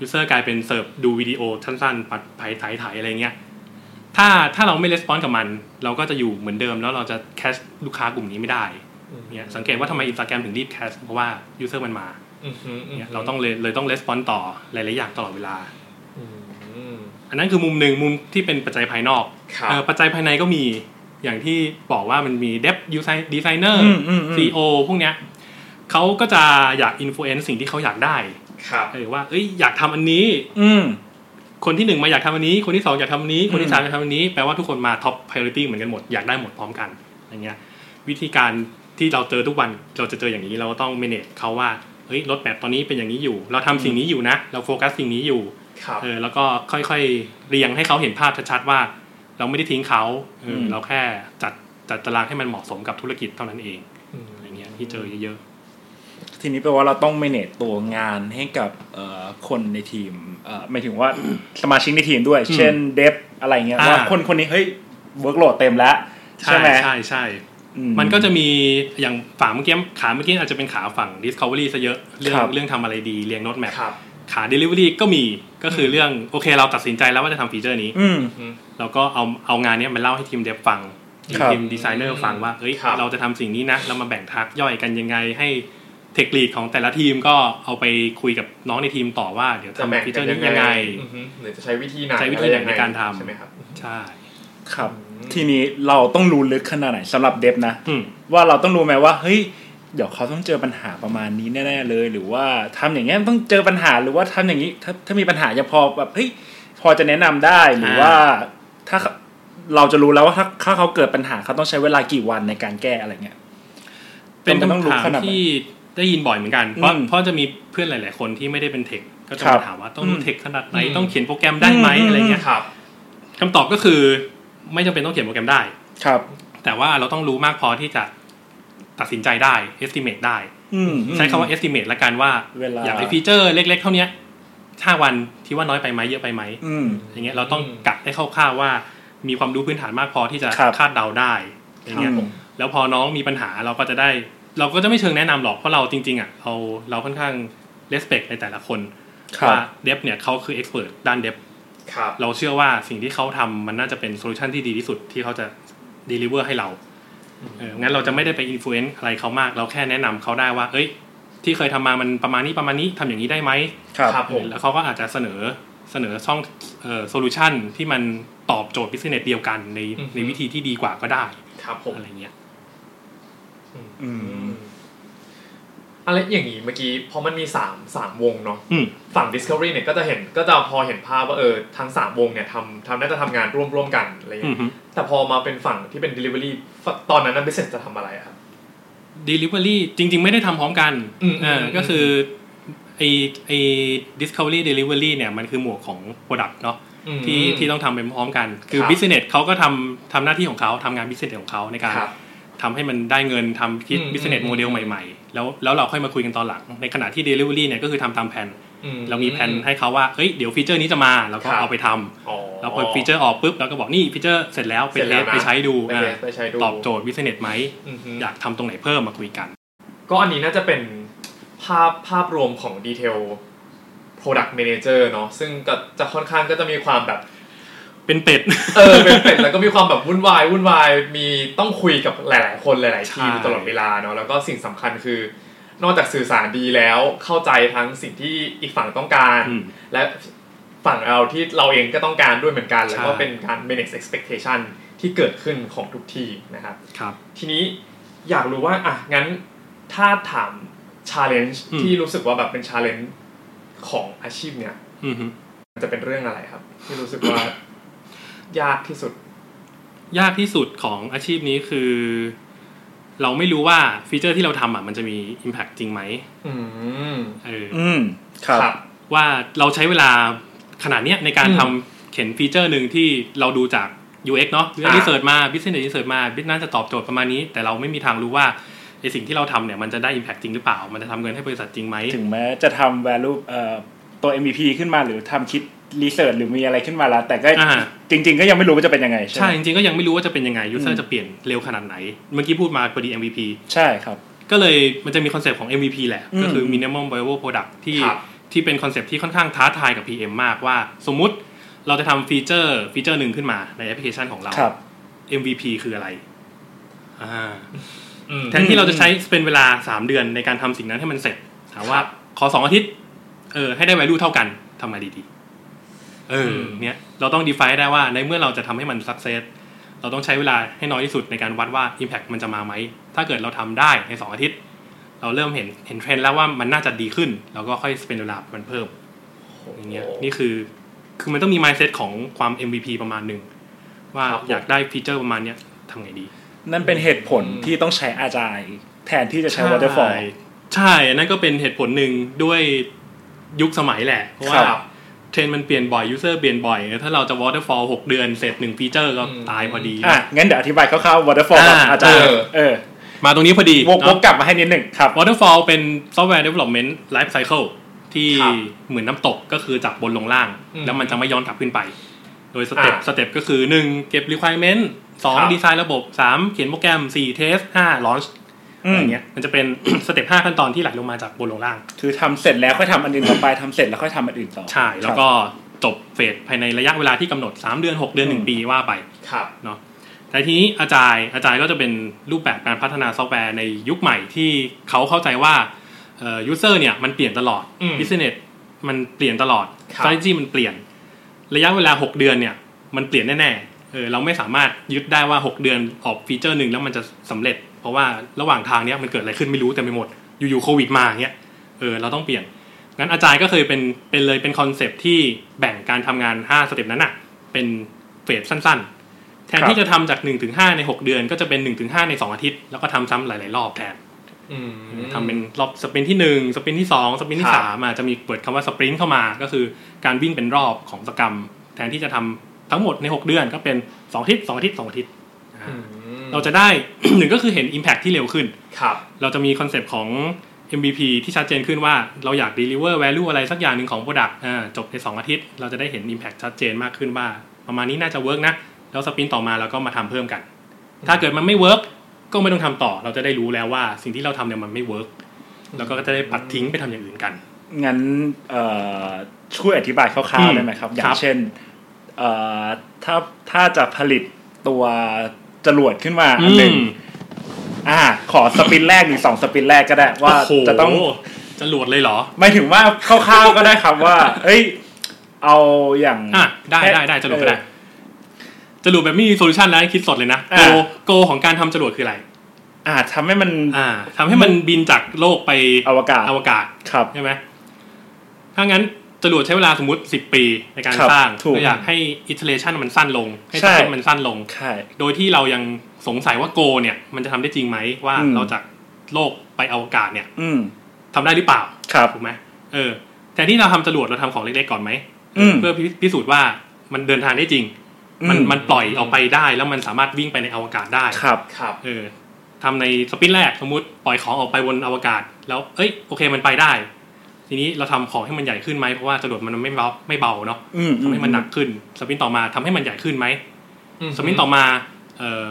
Speaker 3: ยูเซอร์กลายเป็นเสิร์ฟดูวิดีโอสั้นๆปัดไถ่ไถ่อะไรเงี้ย ถ้าถ้าเราไม่レスปอนกับมัน เราก็จะอยู่เหมือนเดิมแล้วเราจะแคชลูกค้ากลุ่มนี้ไม่ได้เนี่ยสังเกตว่าทำไมอินสตาแกรมถึงรีบแคชเพราะว่ายูเซอร์มันมา
Speaker 1: อืมอืมอืม
Speaker 3: เนี่ยเราต้องเลยเลยต้องレスปอนต่อหลายๆอย่างตลอดเวลา
Speaker 1: อืมอืม
Speaker 3: อันนั้นคือมุมหนึ่งมุมที่เป็นปัจจัยภายนอก
Speaker 1: ครับ
Speaker 3: เอ่อปัจจัยภายในก็มีอย่างที่บอกว่ามันมีเดฟยูไซดีไซเนอร์
Speaker 2: อืมอืมอืม
Speaker 3: ซีโอพวกเนี้ยเขาก็จะอยากอิมโฟเอนซ์สิ่งที่เขาอยากได้
Speaker 1: ครับ
Speaker 3: เออว่าเอ้ยอยากทำอันนี้
Speaker 2: อืม
Speaker 3: คนที่หนึ่งมาอยากทำอันนี้ คนที่สองอยากทำอันนี้ คน
Speaker 2: อื
Speaker 3: ที่
Speaker 2: ม
Speaker 3: สามอยากทำอันนี้แปลว่าทุกคนมาท็อปพิเอตี้เหมือนกันหมดอยากได้หมดพร้อมกันอย่างเงี้ยวิธีการที่เราเจอทุกวันเราจะเจออย่างนี้เราก็ต้องเมเนจเขาว่าเฮ้ยรถแมพตอนนี้เป็นอย่างนี้อยู่ เราทำสิ่งนี้อยู่นะ เราโฟกัสสิ่งนี้อยู่
Speaker 1: ครับ
Speaker 3: เออแล้วก็ค่อยๆเรียงให้เขาเห็นภาพชัดๆว่า เราไม่ได้ทิ้งเขาเออ
Speaker 2: อืม
Speaker 3: เราแค่จัดจัดตารางให้มันเหมาะสมกับธุรกิจเท่านั้นเองอะไรเงี้ยที่เจอเยอะ
Speaker 2: ทีนี้แปลว่าเราต้อง manage ตัวงานให้กับเอ่อคนในทีมเอ่อหมายถึงว่า สมาชิกในทีมด้วย เช่นเดฟอะไรเงี้ยว่าคนคนนี้เฮ้ย workload เต็มแล้ว
Speaker 3: ๆ
Speaker 2: ใช่ไหม
Speaker 3: ใช่ใช่
Speaker 2: อื
Speaker 3: มันก็จะมีอย่างฝั่งเมื่อกี้ขาเมื่อกี้อาจจะเป็นขาฝั่ง Discovery ซะเยอะเรื่องเรื่องทำอะไรดีเรียงโน้ตแมพ
Speaker 1: ครับ
Speaker 3: ขา Delivery ก็มีก็คือเรื่องโอเคเราตัดสินใจแล้วว่าจะทำฟีเจอร์นี้
Speaker 2: อืม
Speaker 3: เราก็เอาเอางานเนี้ยมาเล่าให้ทีมเดฟฟัง
Speaker 2: ครับ
Speaker 3: ทีมดีไซเนอร์ฟังว่าเอ้ย
Speaker 1: ครับ
Speaker 3: เราจะทำสิ่งนี้นะ เรามาแบ่งทักย่อยกันยังไงให้เทคลีดของแต่ละทีมก็เอาไปคุยกับน้องในทีมต่อว่า เดี๋ยว
Speaker 1: จะแบ่ง
Speaker 3: ทำฟีเจ
Speaker 1: กั
Speaker 3: อน
Speaker 1: ยั
Speaker 3: ร์นี้
Speaker 1: ง
Speaker 3: ยังไง
Speaker 1: ไงอือฮึหรือจะใช้วิธีไหน
Speaker 3: ใช้วิธีไห
Speaker 1: อะ
Speaker 3: น
Speaker 1: ยังง
Speaker 3: ในการทำ
Speaker 1: ใช่ไหมครับ
Speaker 3: ใช่
Speaker 2: ครับ
Speaker 1: อืม
Speaker 2: ทีนี้เราต้องรู้ลึกขนาดไหนสำหรับเดฟนะ
Speaker 3: อืม
Speaker 2: ว่าเราต้องรู้ไหมว่าเฮ้ยเดี๋ยวเขาต้องเจอปัญหาประมาณนี้แน่ๆเลย หรือว่าทำอย่างเงี้ยต้องเจอปัญหาหรือว่าทำอย่างนี้ ถ้าถ้ามีปัญหาจะพอแบบเฮ้ยพอจะแนะนำได้หรือ
Speaker 3: อ่า
Speaker 2: ว่าถ้าเราจะรู้แล้วว่าถ้าถ้าเขาเกิดปัญหาเขาต้องใช้เวลากี่วันในการแก้อะไรเงี้ย
Speaker 3: เป็น
Speaker 2: ต้องรู้
Speaker 3: คำถาม
Speaker 2: ขนาดไหน
Speaker 3: ที่ได้ยินบ่อยเหมือนกัน เพราะ
Speaker 2: อืม
Speaker 3: เพราะจะมีเพื่อนหลาย ๆ คนที่ไม่ได้เป็นเทคก็จะ
Speaker 2: ครั
Speaker 3: มา
Speaker 2: บ
Speaker 3: ถามว่าต้องรู้
Speaker 2: อืม
Speaker 3: เทคขนาดไหนต้องเขียนโปรแกรมได้ไหม
Speaker 2: อืม
Speaker 3: อะไรเงี้ย
Speaker 1: ครับ
Speaker 3: คำตอบก็คือไม่จำเป็นต้องเขียนโปรแกรมได้
Speaker 2: ครับ
Speaker 3: แต่ว่าเราต้องรู้มากพอที่จะตัดสินใจได้ estimate ได้
Speaker 2: อืม
Speaker 3: ใช้คำว่า estimate ละกันว่า
Speaker 2: เวลา
Speaker 3: อยากได้ฟีเจอร์เล็ก ๆ เท่าเนี้ยห้าวันที่ว่าน้อยไปไหมเยอะไปไหม
Speaker 2: อืม
Speaker 3: อย่างเงี้ยเราต้อง
Speaker 1: อืม
Speaker 3: กะได้คร่าวๆว่า มีความรู้พื้นฐานมากพอที่จะ
Speaker 2: ครับ
Speaker 3: คาดเดาได้อย่างเงี้
Speaker 2: ค
Speaker 3: ย
Speaker 2: รับผม
Speaker 3: แล้วพอน้องมีปัญหาเราก็จะได้ เราก็จะไม่เชิงแนะนำหรอกเพราะเราจริงๆอ่ะเราเราค่อนข้าง respect ในแต่ละคน
Speaker 2: ครับ
Speaker 3: ว่าเดฟเนี่ยเขาคือ expert ด้านเดฟ
Speaker 1: ครับ
Speaker 3: เราเชื่อว่าสิ่งที่เขาทำมันน่าจะเป็นโซลูชันที่ดีที่สุดที่เขาจะ deliver ให้เรา เอองั้นเราจะไม่ได้ไปอิ f l u e n c e อะไรเขามาก เราแค่แนะนำเขาได้ว่า เอ้ย ที่เคยทำมามันประมาณนี้ประมาณนี้ทำอย่างนี้ได้ไหม
Speaker 2: ครับ
Speaker 1: ครับ ผม
Speaker 3: แล้วเขาก็อาจจะเสนอเสนอช่องเอ่อโซลูชันที่มันตอบโจทย์ business เดียวกันใน
Speaker 1: อือฮึ
Speaker 3: ในวิธีที่ดีกว่าก็ได้
Speaker 1: ครับผม
Speaker 3: อะไรเงี้ย
Speaker 2: อืม
Speaker 1: อะไรอย่างนี้เมื่อกี้พอมันมีสามสามวงเนาะ
Speaker 3: อืม
Speaker 1: ฝั่ง Discovery เนี่ยก็จะเห็นก็จะพอเห็นภาพว่าเออทั้งสามวงเนี่ยทำทำน่าจะทำงานร่วมร่วมกันอะไรอย่าง
Speaker 3: อื
Speaker 1: เงี้ย
Speaker 3: อฮึ
Speaker 1: แต่พอมาเป็นฝั่งที่เป็น Delivery ฝั่งตอนนั้นนะบิสเนสจะทำอะไรอะครับ
Speaker 3: delivery จริง ๆ ไม่ได้ทำพร้อมกัน
Speaker 1: อืม
Speaker 3: เอออ
Speaker 1: ม
Speaker 3: ก็คือไอไอ discovery delivery เนี่ยมันคือหมวกของ product เนาะ
Speaker 1: อืม
Speaker 3: ที่ที่ต้องทำเป็นพร้อมกัน คือ
Speaker 1: ครับ
Speaker 3: business เขาก็ทำทำหน้าที่ของเขาทำงาน business ของเขาในการ
Speaker 1: ครับ
Speaker 3: ทำให้มันได้เงินทำคิด
Speaker 1: อืม
Speaker 3: business
Speaker 1: อืม
Speaker 3: โมเดลใหม่ๆ แล้วแล้วเราค่อยมาคุยกันตอนหลัง ในขณะที่ delivery เนี่ยก็คือทำตามแผน
Speaker 1: อื
Speaker 3: เรามีแผนให้เขาว่าเอ้ยเดี๋ยวฟีเจอร์นี้จะมาเราก็
Speaker 1: ครับ
Speaker 3: เอาไปทำ
Speaker 1: อ๋อ
Speaker 3: เราพอฟีเจอร์ออกปุ๊บเราก็บอกนี่ฟีเจอร์เสร็จแล้วไป
Speaker 1: เสร็จแล้วนะ
Speaker 3: ไปใช้ดู
Speaker 1: ไป
Speaker 3: อ่า
Speaker 1: เทสไปใช้ดู
Speaker 3: ตอบโจทย์ business ไหม
Speaker 1: อือฮึ
Speaker 3: อยากทำตรงไหนเพิ่มมาคุยกัน
Speaker 1: ก็อันนี้น่าจะเป็นภาพภาพรวมของดีเทล Product Manager เนาะซึ่งก็จะค่อนข้างก็จะมีความแบบ
Speaker 3: เป็นเป็ด
Speaker 1: เออเป็นเป็นแล้วก็มีความแบบวุ่นวายวุ่นวายมีต้องคุยกับหลาย ๆ คนหลาย ๆ ทีม
Speaker 3: ใช่
Speaker 1: ตลอดเวลาเนาะแล้วก็สิ่งสำคัญคือนอกจากสื่อสารดีแล้วเข้าใจทั้งสิ่งที่อีกฝั่งต้องการ
Speaker 3: อืม
Speaker 1: และฝั่งเราที่เราเองก็ต้องการด้วยเหมือนกัน แล้วก็
Speaker 3: ใช่
Speaker 1: เป็นการ manage expectation ที่เกิดขึ้นของทุกทีมนะครับ
Speaker 3: ครับ
Speaker 1: ทีนี้อยากรู้ว่าอ่ะงั้นถ้าถาม challenge
Speaker 3: อืม
Speaker 1: ที่รู้สึกว่าแบบเป็น challenge ของอาชีพเนี่ย
Speaker 3: อือฮึ
Speaker 1: มันจะเป็นเรื่องอะไรครับ ที่รู้สึกว่า ยากที่สุด
Speaker 3: ยากที่สุดของอาชีพนี้คือ เราไม่รู้ว่าฟีเจอร์ที่เราทำอ่ะมันจะมี Impact จริงไหม
Speaker 1: อืม
Speaker 3: เออ
Speaker 2: อืม ครับ
Speaker 3: ว่าเราใช้เวลาขนาดเนี้ยในการ
Speaker 2: อืม
Speaker 3: ทำเข็นฟีเจอร์หนึ่งที่เราดูจาก UX เนาะ UX
Speaker 1: อ่า
Speaker 3: Research มา Business Research มา Business จะตอบโจทย์ประมาณนี้ แต่เราไม่มีทางรู้ว่าไอสิ่งที่เราทำเนี่ยมันจะได้ Impact จริงหรือเปล่า มันจะทำเงินให้บริษัทจริงไหม
Speaker 2: ถึงแม้จะทำ value เอ่อตัว MVP ขึ้นมาหรือทำคิด research หรือมีอะไรขึ้นมาแล้ว แต่ก็
Speaker 3: อ่า
Speaker 2: จริง ๆ ก็ยังไม่รู้ว่าจะเป็นยังไงใช่ไห
Speaker 3: ใช่
Speaker 2: ม
Speaker 3: จริงๆก็ยังไม่รู้ว่าจะเป็นยังไง User จะเปลี่ยนเร็วขนาดไหน เมื่อกี้พูดมาพอดี MVP
Speaker 2: ใช่ครับ
Speaker 3: ก็เลยมันจะมีคอนเซปต์ของ MVP แหละ
Speaker 2: อืม
Speaker 3: ก็คือ minimum viable product ที่
Speaker 1: ครับ
Speaker 3: ที่เป็นคอนเซปต์ที่ค่อนข้างท้าทายกับ PM มากว่า สมมติ เราจะทำฟีเจอร์ฟีเจอร์หนึ่งขึ้นมาในแอปพลิเคชันของเรา
Speaker 2: ครับ
Speaker 3: MVP คืออะไรอ่า
Speaker 1: อืม
Speaker 3: แทนที่เราจะใช้ spend เวลา 3 เดือนในการทำสิ่งนั้นให้มันเสร็จ ถามว่า
Speaker 1: ครับ
Speaker 3: ขอ 2 อาทิตย์ เออ ให้ได้ value เท่ากันทำไงดีๆเอออ
Speaker 1: ม
Speaker 3: เนี่ย เราต้อง define ได้ว่าในเมื่อเราจะทำให้มัน success เราต้องใช้เวลาให้น้อยที่สุดในการวัดว่า impact มันจะมาไหม ถ้าเกิดเราทำได้ใน 2 อาทิตย์ เราเริ่มเห็นเห็นเทรนด์แล้วว่ามันน่าจะดีขึ้น เราก็ค่อย spend เวลามันเพิ่ม อย่างเงี้ยนี่คือคือมันต้องมี mindset ของความ MVP ประมาณหนึ่งว่า
Speaker 1: ครับผม
Speaker 3: อยากได้ฟีเจอร์ประมาณเนี้ยทำไงดี
Speaker 2: นั่นเป็นเหตุผลที่ต้องใช้อาจายแทนที่จะใช้ waterfall
Speaker 3: ใช่ใช่อันนั้นก็เป็นเหตุผลหนึ่งด้วยยุคสมัยแหละ เพราะว่า
Speaker 2: ครับ
Speaker 3: เทรนด์มันเปลี่ยนบ่อย ยูเซอร์เปลี่ยนบ่อย ถ้าเราจะ waterfall 6 เดือนเสร็จหนึ่งฟีเจอร์ก็
Speaker 1: อืม
Speaker 3: ตายพอดี
Speaker 2: อ่ะงั้นเดี๋ยวอธิบายคร่าวๆ waterfall กับ
Speaker 3: อ่า
Speaker 2: อาจาร
Speaker 1: เอ
Speaker 2: ย์
Speaker 1: อ
Speaker 2: เออ
Speaker 3: มาตรงนี้พอดี
Speaker 2: วกว
Speaker 3: เนาะ
Speaker 2: กกลับมาให้นิดหนึ่งครับ
Speaker 3: waterfall เป็น software development life cycle ที่
Speaker 1: ครับ
Speaker 3: เหมือนน้ำตกก็คือจากบนลงล่าง
Speaker 1: อืม
Speaker 3: แล้วมันจะไม่ย้อนกลับขึ้นไป โดยสเต็ป
Speaker 1: อ่า
Speaker 3: สเต็ปก็คือ 1 เก็บ requirement
Speaker 1: ครับ
Speaker 3: 2 ดีไซน์ระบบ 3 เขียนโปรแกรม 4 test 5 launch
Speaker 2: อื
Speaker 3: อะไร
Speaker 2: ม
Speaker 3: เงี้ยมันจะเป็น สเต็ป5ขั้นตอนที่ไหลลงมาจากบนลงล่าง
Speaker 2: คือทำเสร็จแล้วค่อยทำอันอื่นต่อไปทำเสร็จแล้วค่อยทำอันอื่นต่อ
Speaker 3: ใช่ แล้วก็จบเฟสภายในระยะเวลาที่กำหนด 3 เดือน 6 เดือน 1 ปีว่าไป
Speaker 1: ครับ
Speaker 3: เนาะแต่ทีนี้อาจารย์อาจารย์ก็จะเป็นรูปแบบการพัฒนาซอฟต์แวร์ในยุคใหม่ที่เขาเข้าใจว่าเอ่อยูเซอร์เนี่ยมันเปลี่ยนตลอด
Speaker 1: อืม
Speaker 3: business มันเปลี่ยนตลอด
Speaker 1: ครับ
Speaker 3: strategy มันเปลี่ยน ระยะเวลา 6 เดือนเนี่ยมันเปลี่ยนแน่ๆเออเราไม่สามารถยึดได้ว่า 6 เดือนออกฟีเจอร์หนึ่งแล้วมันจะสำเร็จ เพราะว่าระหว่างทางเนี้ยมันเกิดอะไรขึ้นไม่รู้แต่ไม่หมด อยู่ๆโควิดมาเนี้ยเออเราต้องเปลี่ยน งั้นอาจารย์ก็เคยเป็นเป็นเลยเป็นคอนเซปต์ที่แบ่งการทำงาน 5 สเต็ปนั้นอะเป็นเฟสสั้นๆ แทนที่จะทำจาก 1-5 ใน 6 เดือนก็จะเป็น 1-5 ใน 2 อาทิตย์ แล้วก็ทำซ้ำหลายๆ รอบแทน
Speaker 1: อืม
Speaker 3: ทำเป็นรอบสปรินที่ 1 สปรินที่ 2 สปรินที่
Speaker 1: ครับ
Speaker 3: 3อาจจะมีเปิดคำว่าสปรินเข้ามาก็คือการวิ่งเป็นรอบของสกรรม แทนที่จะทำทั้งหมดใน 6 เดือนก็เป็น 2 อาทิตย์ 2 อาทิตย์ 2 อาทิตย์
Speaker 1: อืม
Speaker 3: เราจะได้ หนึ่งก็คือเห็น Impact ที่เร็วขึ้น
Speaker 1: ครับ
Speaker 3: เราจะมีคอนเซปต์ของ MVP ที่ชัดเจนขึ้นว่าเราอยาก deliver value อะไรสักอย่างหนึ่งของ Product อ่าจบใน 2 อาทิตย์ เราจะได้เห็น Impact ชัดเจนมากขึ้นว่า ประมาณนี้น่าจะ work นะ แล้วสปรินต์ต่อมาเราก็มาทำเพิ่มกัน ถ้าเกิดมันไม่ work ก็ไม่ต้องทำต่อ เราจะได้รู้แล้วว่าสิ่งที่เราทำเนี่ยมันไม่ work แล้วก็จะได้ปัดทิ้งไปทำอย่างอื่นกัน
Speaker 2: งั้นเอ่อช่วยอธิบายคร่าวๆได้ไหมครับ อย่า
Speaker 3: ครั
Speaker 2: ง
Speaker 3: บ
Speaker 2: เช่นเอ่อถ้าถ้าจะผลิตตัวจรวดขึ้นมาอันหนึ่ง
Speaker 3: อืม
Speaker 2: อ่าขอสปินแรกหรือสองสปินแรกก็ได้ว่า
Speaker 3: โอ้โห
Speaker 2: จะต้อง
Speaker 3: จะหลวดเลยเหรอ
Speaker 2: หมายถึงว่าคร่าวๆก็ได้ครับ ว่า เอ้ย เอาอย่าง
Speaker 3: อ่ะได้ได้ได้จรวดก็ได้จรวดแบบไม่มีโซลูชันแล้วคิดสดเลยนะโก
Speaker 2: อ่า
Speaker 3: โกของการทำจรวดคืออะไร
Speaker 2: อ่าทำให้มัน
Speaker 3: อ่าทำให้มันบินจากโลกไป
Speaker 2: อวกาศ
Speaker 3: อวกาศ
Speaker 2: ครับ
Speaker 3: ใช่ไหม ถ้างั้นจรวดใช้เวลาสมมติ 10 ปีในการ
Speaker 2: ครับ
Speaker 3: สร้าง
Speaker 2: ถูก
Speaker 3: เราอยากให้ iteration มันสั้นลง ให้
Speaker 2: ใช่
Speaker 3: สเต็ปมันสั้นลง
Speaker 2: ใช่
Speaker 3: โดยที่เรายังสงสัยว่าโกเนี่ย มันจะทำได้จริงไหมว่า
Speaker 2: อืม
Speaker 3: เราจากโลกไปอวกาศเนี่ย
Speaker 2: อืม
Speaker 3: ทำได้หรือเปล่า
Speaker 2: ครับ
Speaker 3: ถูกไหมเออแทนที่เราทำจรวดเราทำของเล็กๆก่อนไหม
Speaker 2: อืม
Speaker 3: เพื่อพิพิสูจน์ว่ามันเดินทางได้จริง มันมันปล่อยออกไปได้แล้วมันสามารถวิ่งไปในอวกาศได้
Speaker 2: ครับ
Speaker 1: ครับ
Speaker 3: เออทำในสปินแรกสมมติปล่อยของออกไปบนอวกาศ แล้วเอ้ยโอเคมันไปได้ ทีนี้เราทำของให้มันใหญ่ขึ้นไหมเพราะว่าจรวดมันไม่เบาไม่เบาเนาะ
Speaker 2: อืม
Speaker 3: ทำให้มันหนักขึ้นสปินต่อมาทำให้มันใหญ่ขึ้นไหมสปินต่อมาเอ่อ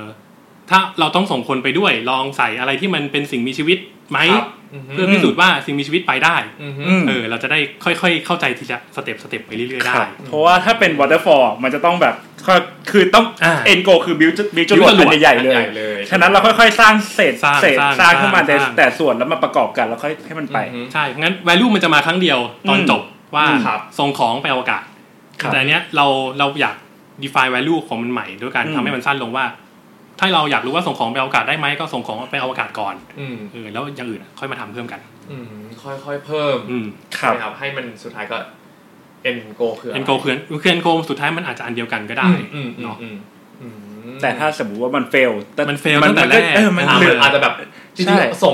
Speaker 3: ถ้าเราต้องส่งคนไปด้วยลองใส่อะไรที่มันเป็นสิ่งมีชีวิตไหม
Speaker 1: ครับ
Speaker 3: เพื่อพิสูจน์ว่าสิ่งมีชีวิตไปได้
Speaker 1: มฮึ
Speaker 2: อืม
Speaker 3: เออเราจะได้ค่อยๆ เข้าใจทีละสเต็ปสเต็ปไปเรื่อยๆ
Speaker 2: ค
Speaker 3: ได้
Speaker 2: รับเพราะว่าถ้าเป็นวอเตอร์ฟอร์มันจะต้องแบบก็คือต้อง
Speaker 3: อ่า
Speaker 2: เอ็นโกคือบิวบิวจรวด
Speaker 3: build จรวด
Speaker 2: อันใหญ่ๆเลย
Speaker 1: ใหญ่เลย
Speaker 2: ฉะนั้นเราค่อยๆสร้างเศษ
Speaker 3: สร้าง
Speaker 2: เศษ
Speaker 3: สร้าง
Speaker 2: สร้างขึ้นมาแต่
Speaker 3: สร้าง
Speaker 2: แต่ส่วนแล้วมาประกอบกันแล้วค่อยให้มันไป
Speaker 1: อืม
Speaker 3: ใช่ งั้น value มันจะมาครั้งเดียวตอน
Speaker 2: อืม
Speaker 3: จบว่า
Speaker 1: อืมครับ
Speaker 3: ส่งของไปอวกาศ
Speaker 2: ครับ
Speaker 3: แต่อันเนี้ยเราเราอยาก define value ของมันใหม่ด้วยการ
Speaker 2: อืม
Speaker 3: ทำให้มันสั้นลงว่า ถ้าเราอยากรู้ว่าส่งของไปอวกาศได้ไหมก็ส่งของไปอวกาศก่อน
Speaker 1: อืม
Speaker 3: เออแล้วอย่างอื่นอะค่อยมาทำเพิ่มกัน
Speaker 1: อืมค่อยๆเพิ่ม
Speaker 3: อืม
Speaker 2: ครับ
Speaker 1: ใช่ครับให้มันสุดท้ายก็ end goal คืออะ
Speaker 3: เอ็
Speaker 1: ไร
Speaker 3: นโกเคือนเคือนโกสุดท้ายมันอาจจะอันเดียวกันก็ได้
Speaker 1: อืมอืม
Speaker 3: เนาะ
Speaker 1: อืมอืม
Speaker 2: แต่ถ้าสมมติว่ามันเฟล
Speaker 3: มัน fail ตั้งแต่แรก
Speaker 2: เออมัน
Speaker 1: อ่ะ
Speaker 2: เหลื
Speaker 1: มั
Speaker 2: อ
Speaker 1: นอาจจะแบบจริง
Speaker 2: ใช่
Speaker 1: ๆส่ง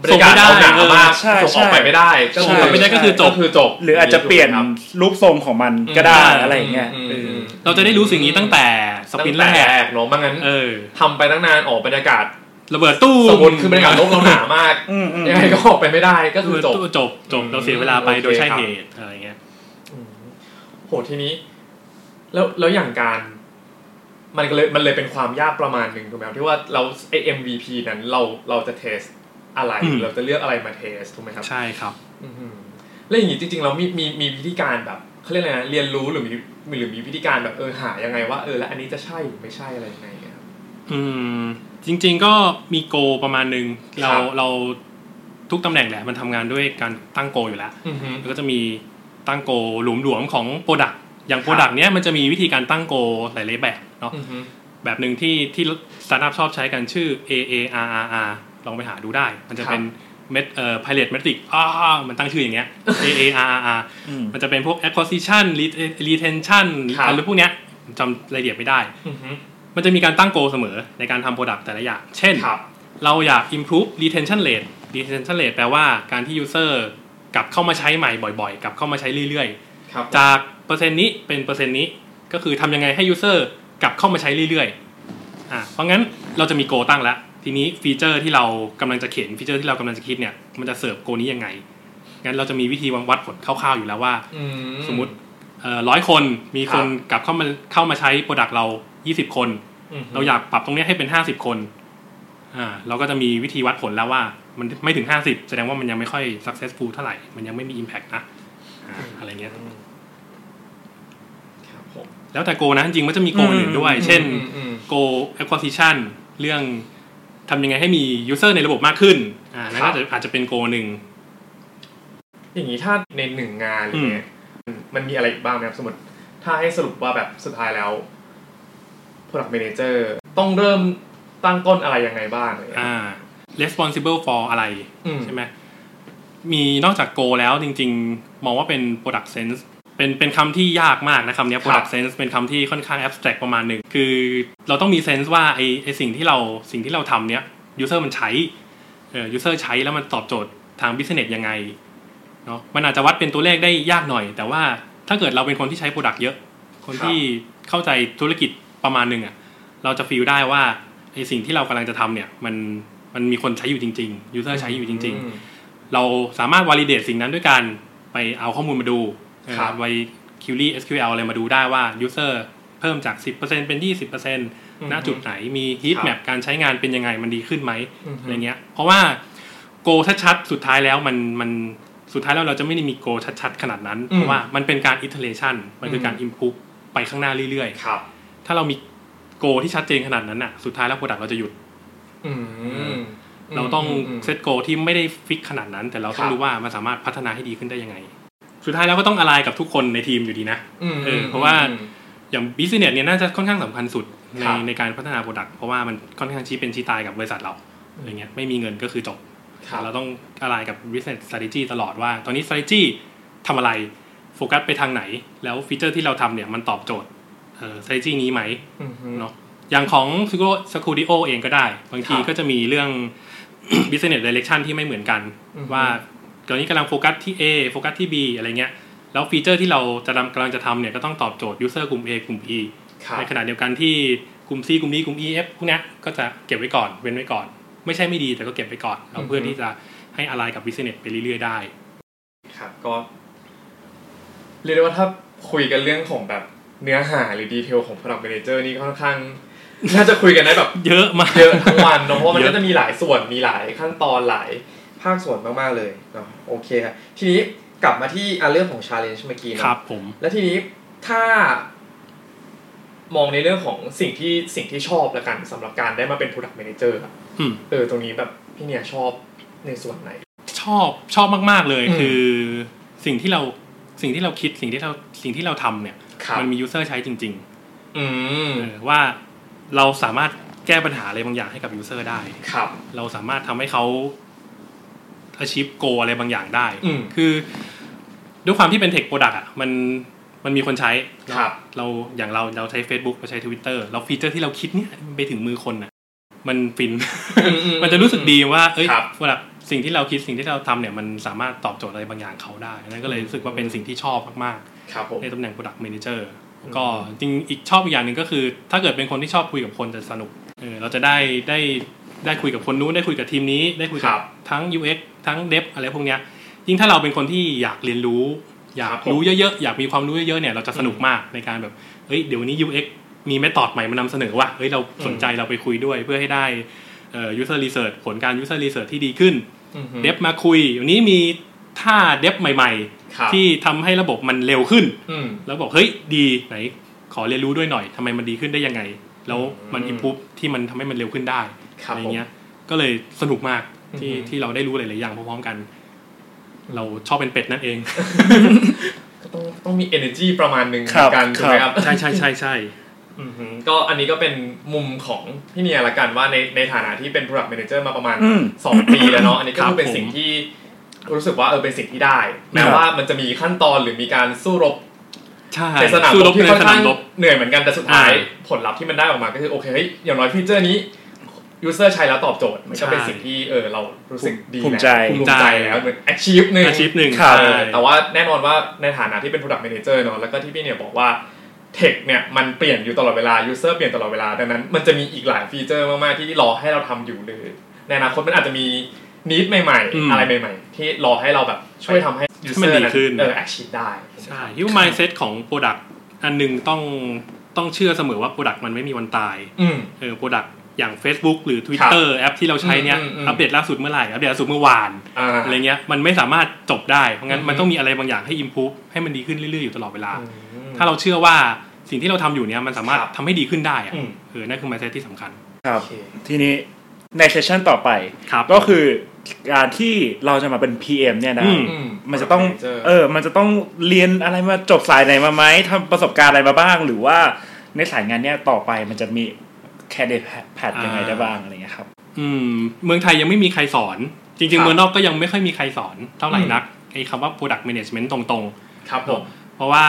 Speaker 1: บริ
Speaker 3: ส่ง
Speaker 1: การ
Speaker 3: ไม่ได้
Speaker 1: เอาหนามา
Speaker 3: เออ
Speaker 1: ก
Speaker 2: ใช่
Speaker 1: ส่งออก
Speaker 2: ใช่
Speaker 1: ไปไม่ได้ก็
Speaker 2: ใช่
Speaker 1: คือ
Speaker 3: ไม่ได้ก็คือจบ
Speaker 1: ก็คือจบ
Speaker 2: หรืออาจจะเปลี่ยน
Speaker 1: ครับ
Speaker 2: รูปทรงของมันก็ได้อะไรอย่างเงี้ย
Speaker 1: ม
Speaker 2: เออ
Speaker 1: ม
Speaker 3: เราจะได้รู้สิ่งนี้ตั้งแต่ส
Speaker 1: ตั้ง
Speaker 3: ปินแร
Speaker 1: แต่
Speaker 3: ก
Speaker 1: กเนาะไม่งั้น
Speaker 3: เออ
Speaker 1: ทำไปตั้งนานออกบรรยากาศ
Speaker 3: ระเบิดตู้
Speaker 1: สมมติคือบรรยากาศลบเราหนามาก
Speaker 2: อืมอืม
Speaker 1: ยังไงก็ออกไปไม่ได้ก็
Speaker 3: ระ
Speaker 1: คือ
Speaker 3: เบิด
Speaker 1: จบ
Speaker 3: ตู้จบจบเราเสียเวลาไป
Speaker 1: อืม
Speaker 3: โดยใช่
Speaker 1: โอเคครับ
Speaker 3: เหตุอะไรเงี้ย
Speaker 1: โหทีนี้ แล้วแล้วอย่างการ มันก็เลยมันเลยเป็นความยากประมาณหนึ่งถูกไหมครับที่ว่าเราไอ MVP นั้นเราเราจะเทสอะไร
Speaker 3: อืม
Speaker 1: เราจะเลือกอะไรมาเทสถูกไหมครับ
Speaker 3: ใช่ครับ
Speaker 1: อืมแล้วอย่างนี้จริงๆเรามีมีมีวิธีการแบบ เขาเรียกอะไรนะเรียนรู้หรือมีหรือมีวิธีการแบบเออหายังไงว่าเออแล้วอันนี้จะใช่หรือไม่ใช่อะไรยังไงครับ
Speaker 3: อืมจริง ๆก็มีโกประมาณหนึ่งเรา
Speaker 1: ครับ
Speaker 3: เราทุกตำแหน่งแหละมันทำงานด้วยการตั้งโกอยู่แล้ว
Speaker 1: อือฮึ
Speaker 3: แล้วก็จะมีตั้งโกหลุมหลวมๆของโปรดักต์อย่างโปรดักต์เนี้ยมันจะมีวิธีการตั้งโกหลายๆแบบเนาะ
Speaker 1: อือฮึ
Speaker 3: แบบหนึ่งที่ที่สตาร์ทอัพชอบใช้กันชื่อ A A R R R ลองไปหาดูได้ มันจะเป็นเม็ดเอ่อ pilot metric อ้าวมันตั้งชื่ออย่างเงี้ย A A R R R
Speaker 2: อืม
Speaker 3: มันจะเป็นพวก acquisition ret- retention อะไรพวกเนี้ยจำรายละเอียดไม่ได้
Speaker 1: อือฮึ
Speaker 3: มันจะมีการตั้งโกเสมอในการทำโปรดักต์แต่ละอย่าง เช่น
Speaker 1: ครับ
Speaker 3: เราอยาก improve retention rate retention rate แปลว่าการที่ user กลับเข้ามาใช้ใหม่บ่อยๆ กลับเข้ามาใช้เรื่อย
Speaker 1: ครับ
Speaker 3: ๆ จากเปอร์เซ็นต์นี้เป็นเปอร์เซ็นต์นี้ ก็คือทำยังไงให้ user กลับเข้ามาใช้เรื่อยๆ อ่ะ เพราะงั้นเราจะมีโกตั้งแล้ว ทีนี้ฟีเจอร์ที่เรากำลังจะเขียนฟีเจอร์ที่เรากำลังจะคิดเนี่ย มันจะเสิร์ฟโกนี้ยังไง งั้นเราจะมีวิธีวัดผลคร่าวๆอยู่แล้วว่า
Speaker 1: อื
Speaker 3: สมมติร้อยคนมี
Speaker 1: ค
Speaker 3: ครับ นกลับเข้ามาเข้ามาใช้โปรดักต์เรา 20 คน
Speaker 1: อือฮึ
Speaker 3: เราอยากปรับตรงเนี้ยให้เป็นห้าสิบคน อ่า เราก็จะมีวิธีวัดผลแล้วว่า มันไม่ถึงห้าสิบแสดงว่ามันยังไม่ค่อย successful เท่าไหร่ มันยังไม่มี impact นะ อ่า อะไรเงี้ย
Speaker 1: ครับผม
Speaker 3: แล้วแต่โกนะ จริงๆมันจะมีโกอื่นด้วย เช่น
Speaker 1: อืมอืม
Speaker 3: go acquisition เรื่องทำยังไงให้มี user ในระบบมากขึ้น อ่า นั่น
Speaker 1: ครั
Speaker 3: ก็
Speaker 1: บ
Speaker 3: จะอาจจะเป็นโกหนึ่ง
Speaker 1: อย่างนี้ถ้าในหนึ่งงานอะไรเงี้ยมันมีอะไรอีกบ้างไหมครับสมมติถ้าให้สรุปว่าแบบสุดท้ายแล้ว product manager ต้องเริ่มตั้งต้นอะไรยังไงบ้างอะไรเงี้ย
Speaker 3: อ่า responsible for อะไร
Speaker 1: อืม
Speaker 3: ใช่ไหมมีนอกจาก Go แล้วจริงๆ มองว่าเป็น product sense เป็นเป็นคำที่ยากมากนะคำเนี้ย product sense เป็นคำที่ค่อนข้าง abstract ประมาณหนึ่ง คือเราต้องมี sense ว่าไอไอสิ่งที่เราสิ่งที่เราทำเนี้ย user มันใช้เอ่อ user ใช้แล้วมันตอบโจทย์ทาง business ยังไงเนาะมันอาจจะวัดเป็นตัวเลขได้ยากหน่อย แต่ว่าถ้าเกิดเราเป็นคนที่ใช้ product เยอะ คนที่เข้าใจธุรกิจประมาณหนึ่งอะ เราจะฟีลได้ว่าไอสิ่งที่เรากำลังจะทำเนี่ย มันมันมีคนใช้อยู่จริงๆ ยูเซอร์ใช้อยู่จริง
Speaker 1: อืม
Speaker 3: ๆ เราสามารถวอลิเดตสิ่งนั้นด้วยการไปเอาข้อมูลมาดู
Speaker 1: ครับ
Speaker 3: ไปคิวรี่ SQL อะไรมาดูได้ว่ายูเซอร์เพิ่มจาก 10%เป็น 20%ณจุดไหนมีฮีทแมปการใช้งานเป็นยังไงมันดีขึ้นไหม
Speaker 1: ม
Speaker 3: อะไรเงี้ย เพราะว่าโกชัดๆ สุดท้ายแล้วมันมันสุดท้ายแล้วเราจะไม่ได้มีโกชัดๆ ขนาดนั้น
Speaker 1: อืม
Speaker 3: เพราะว่ามันเป็นการ iteration มันคือการ
Speaker 1: อืม
Speaker 3: improve ไปข้างหน้าเรื่อย
Speaker 1: ครับ
Speaker 3: ๆ ถ้าเรามีโกที่ชัดเจนขนาดนั้นอ่ะ สุดท้ายแล้วโปรดักต์เราจะหยุด
Speaker 1: อืม
Speaker 3: เราต้อง
Speaker 1: ม
Speaker 3: เซตโกที่ไม่ได้ฟิกขนาดนั้น แต่เราต้อ
Speaker 1: ครั
Speaker 3: ง
Speaker 1: บ
Speaker 3: รู้ว่ามันสามารถพัฒนาให้ดีขึ้นได้ยังไง สุดท้ายแล้วก็ต้องอะไรกับทุกคนในทีมอยู่ดีนะ
Speaker 1: ม
Speaker 3: เออเพราะว่า
Speaker 1: อืม
Speaker 3: อย่าง business เนี่ยน่าจะค่อนข้างสำคัญสุดใน
Speaker 1: ครับ
Speaker 3: ในการพัฒนาโปรดักต์เพราะว่ามันค่อนข้างชี้เป็นชี้ตายกับบริษัทเราอะไรเงี้ยไม่มีเงินก็คือจบ
Speaker 1: ครับ
Speaker 3: เราต้องอะไรกับ business strategy ตลอดว่า ตอนนี้ strategy ทำอะไรโฟกัสไปทางไหน แล้วฟีเจอร์ที่เราทำเนี่ยมันตอบโจทย์เอ่อ strategy นี้ไหม
Speaker 1: อืม
Speaker 3: เนาะ อย่างของสกูดิโอเองก็ได้ บางทีก็จะมีเรื่อง business direction ที่ไม่เหมือนกัน
Speaker 1: อืม
Speaker 3: ว่าตอนนี้กำลังโฟกัสที่ A โฟกัสที่ B อะไรเงี้ย แล้วฟีเจอร์ที่เราจะทำกำลังจะทำเนี่ยก็ต้องตอบโจทย์ user กลุ่ม A กลุ่ม E
Speaker 1: ครับ
Speaker 3: ในขณะเดียวกันที่กลุ่ม C กลุ่ม D กลุ่ม E F พวกเนี้ยก็จะเก็บไว้ก่อนเว้นไว้ก่อน ไม่ใช่ไม่ดีแต่ก็เก็บไว้ก่อนเราเพื่อที่จะให้อะไรกับ business ไปเรื่อยๆได้
Speaker 1: ครับก็ เรียกได้ว่าถ้าคุยกันเรื่องของแบบเนื้อหาหรือดีเทลของ product manager นี่ค่อนข้าง น่าจะคุยกันได้แบบ
Speaker 3: เยอะมาก
Speaker 1: เยอะทั้งวันเนอะเพราะว่ามัน
Speaker 3: เยอะ
Speaker 1: ก็จะมีหลายส่วนมีหลายขั้นตอนหลายภาคส่วนมากๆเลยเนาะโอเคครับทีนี้กลับมาที่อ่ะเรื่องของ challenge เมื่อกี้เน
Speaker 3: ค
Speaker 1: อะ
Speaker 3: รับผม
Speaker 1: แล้วทีนี้ถ้ามองในเรื่องของสิ่งที่สิ่งที่ชอบละกันสำหรับการได้มาเป็น Product Manager อะ
Speaker 3: อืม
Speaker 1: เออตรงนี้แบบพี่เนี่ยชอบในส่วนไหน
Speaker 3: ชอบชอบมาก ๆ เลย
Speaker 1: อืม
Speaker 3: คือสิ่งที่เราสิ่งที่เราคิดสิ่งที่เราสิ่งที่เราทำเนี่ย
Speaker 1: ครับ
Speaker 3: มัมียูเซอร์ใช้จริง
Speaker 1: อืม
Speaker 3: ๆเออว่าเราสามารถแก้ปัญหาอะไรบางอย่างให้กับยูเซอร์ได้
Speaker 1: ครับ
Speaker 3: เราสามารถทำให้เขา achieve g o อะไรบางอย่างได้
Speaker 1: อืม
Speaker 3: คือ ด้วยความที่เป็นเทคโปรดักต์อ่ะมันมันมีคนใช้เนอะ
Speaker 1: ครับ
Speaker 3: เราอย่างเราเราใช้ Facebook เราใช้ Twitter เราฟีเจอร์ที่เราคิดเนี่ยไปถึงมือคนอ่ะ มันฟิน
Speaker 1: อือื
Speaker 3: มันจะรู้สึกดีว่า เอ้ย
Speaker 1: ครับ
Speaker 3: เวลาสิ่งที่เราคิดสิ่งที่เราทำเนี่ย มันสามารถตอบโจทย์อะไรบางอย่างเขาได้อันนั่นก็เลยรู้สึกว่าเป็นสิ่งที่ชอบมาก
Speaker 1: ครับผม
Speaker 3: ๆ ในตำแหน่ง Product Manager
Speaker 1: อืม
Speaker 3: ก็จริงอีกชอบอีกอย่างหนึ่งก็คือ ถ้าเกิดเป็นคนที่ชอบคุยกับคนจะสนุกเออเราจะได้ได้ได้คุยกับคนนู้นได้คุยกับทีมนี้ได้คุย
Speaker 1: ค
Speaker 3: กั
Speaker 1: รั
Speaker 3: บบ ทั้ง UX ทั้ง Dev อะไรพวกเนี้ยยิ่งถ้าเราเป็นคนที่อยากเรียนรู้ อยากรู้เยอะๆ อยากมีความรู้เยอะๆเนี่ยเราจะสนุกมากในการแบบเฮ้ยเดี๋ยววันนี้ UX มีเมธอดใหม่มานำเสนอว่าเฮ้ยเราสนใจเราไปคุยด้วยเพื่อให้ได้ เอ่อ user research ผลการ user research ที่ดีขึ้น
Speaker 1: อือฮึ
Speaker 3: เดฟมาคุยวันนี้มี ท่าเดฟใหม่
Speaker 1: ครับ
Speaker 3: ๆ ที่ทำให้ระบบมันเร็วขึ้น
Speaker 1: อืม
Speaker 3: แล้วบอกเฮ้ยดีไหน ขอเรียนรู้ด้วยหน่อยทำไมมันดีขึ้นได้ยังไง แล้วมัน
Speaker 1: อืม
Speaker 3: อิมพุฟที่มันทำให้มันเร็วขึ้นได้
Speaker 1: ครั
Speaker 3: อะ
Speaker 1: บ
Speaker 3: ไร
Speaker 1: ผม
Speaker 3: เงี้ย ก็เลยสนุกมากที่
Speaker 1: อือหือ
Speaker 3: ที่เราได้รู้หลายๆอย่างพร้อมๆกัน เราชอบเป็นเป็ดนั่นเอง
Speaker 1: ก็ต้องต้องมี energy ประมาณหนึ่ง
Speaker 2: ครับ
Speaker 1: เหมือนกัน
Speaker 2: ครับ
Speaker 1: ใช่ไหมครับ
Speaker 3: ใช่ใช่ใช่ใช่
Speaker 1: อืมฮึก็อันนี้ก็เป็นมุมของพี่เนียละกันว่าในในฐานะที่เป็น product manager มาประมาณ
Speaker 2: อืม
Speaker 1: 2 ปีแล้วเนาะอันนี้ก็คือเป็นสิ่งที่รู้สึกว่าเออเป็นสิ่งที่ได้ แม้
Speaker 2: ครับ
Speaker 1: ว่ามันจะมีขั้นตอนหรือมีการสู้รบ
Speaker 3: ใช่
Speaker 1: ในสนาม
Speaker 3: สู้
Speaker 1: ร
Speaker 3: ร
Speaker 1: บบ ที่
Speaker 3: ใน
Speaker 1: ค่อ
Speaker 3: ส
Speaker 1: น
Speaker 3: นา
Speaker 1: ข้าง
Speaker 3: มรบ
Speaker 1: เหนื่อยเหมือนกันแต่สุดท้าย
Speaker 3: อ่
Speaker 1: ผลลัพธ์ที่มันได้ออกมาก็คือโอเคเฮ้ยอย่างน้อยฟีเจอร์นี้ user ใช้แล้วตอบโจทย์มันก็เป็น
Speaker 3: ใช่
Speaker 1: สิ่งที่เออเรารู้สึกดี
Speaker 2: ภูมิ
Speaker 1: แล้ว
Speaker 2: ใจ
Speaker 1: ภูมิใจแล้วเหมือน achieve หนึ่ง
Speaker 3: อาชีพหนึ่ง
Speaker 2: ครับ
Speaker 1: เออ
Speaker 3: ใช่
Speaker 1: แต่ว่าแน่นอนว่าในฐานะที่เป็น Product Manager เนอะแล้วก็ที่พี่เนี่ยบอกว่าเทคเนี่ยมันเปลี่ยนอยู่ตลอดเวลา User เปลี่ยนตลอดเวลา ดังนั้นมันจะมีอีกหลายฟีเจอร์มาก ๆ ที่รอให้เราทำอยู่เลยในอนาคตมันอาจจะมีนิดใหม่
Speaker 3: อืม
Speaker 1: ๆ อะไรใหม่ ๆ ที่รอให้เราแบบช่วยทำให้
Speaker 3: ให้มัน
Speaker 1: User
Speaker 3: ดีขึ้น
Speaker 1: เออ achieve ได้
Speaker 3: ใช่ฮิวมายเซตของโปรดักต์อันหนึ่งต้องต้องเชื่อเสมอว่าโปรดักต์มันไม่มีวันตาย
Speaker 1: อืม
Speaker 3: เออโปรดักต์อย่าง Facebook หรือ Twitter แอปที่เราใช้เนี้ย
Speaker 1: อืมอืม
Speaker 3: อัปเดตล่าสุดเมื่อไหร่ อัปเดตล่าสุดเมื่อวาน
Speaker 1: อ่า
Speaker 3: อะไรเงี้ยมันไม่สามารถจบได้ เพราะงั้
Speaker 1: อื
Speaker 3: น
Speaker 1: ม
Speaker 3: มันต้องมีอะไรบางอย่างให้ improve ให้มันดีขึ้นเรื่อยๆ อยู่ตลอดเวลา
Speaker 1: อืม
Speaker 3: ถ้าเราเชื่อว่าสิ่งที่เราทำอยู่เนี้ยมันสามารถ
Speaker 1: ครับ
Speaker 3: ทำให้ดีขึ้นได้อะ
Speaker 1: อืม
Speaker 3: เออนั่นคือ mindset ที่สำคัญ
Speaker 2: ครับ
Speaker 1: โอเค
Speaker 2: ทีนี้ในเซสชันต่อไป
Speaker 3: ครับ
Speaker 2: ก็คือการที่เราจะมาเป็น PM เนี่ยนะ
Speaker 3: อืม
Speaker 1: อื
Speaker 2: มันจะต้อง
Speaker 1: เอ
Speaker 2: เออ มันจะต้องเรียนอะไรมาจบสายไหนมาไหมทำประสบการณ์อะไรมาบ้าง หรือว่าในสายงานเนี้ยต่อไปมันจะมีแคดเดตแพดยังไงได้บ้างอะไรเงี้ยครับ
Speaker 3: อืมเมืองไทยยังไม่มีใครสอน จริง ๆ เมืองนอกก็ยังไม่ค่อยมีใครสอนเท่าไหร่นักไอ้คำว่า product management ตรงๆ
Speaker 1: ครับผม
Speaker 3: เพราะว่า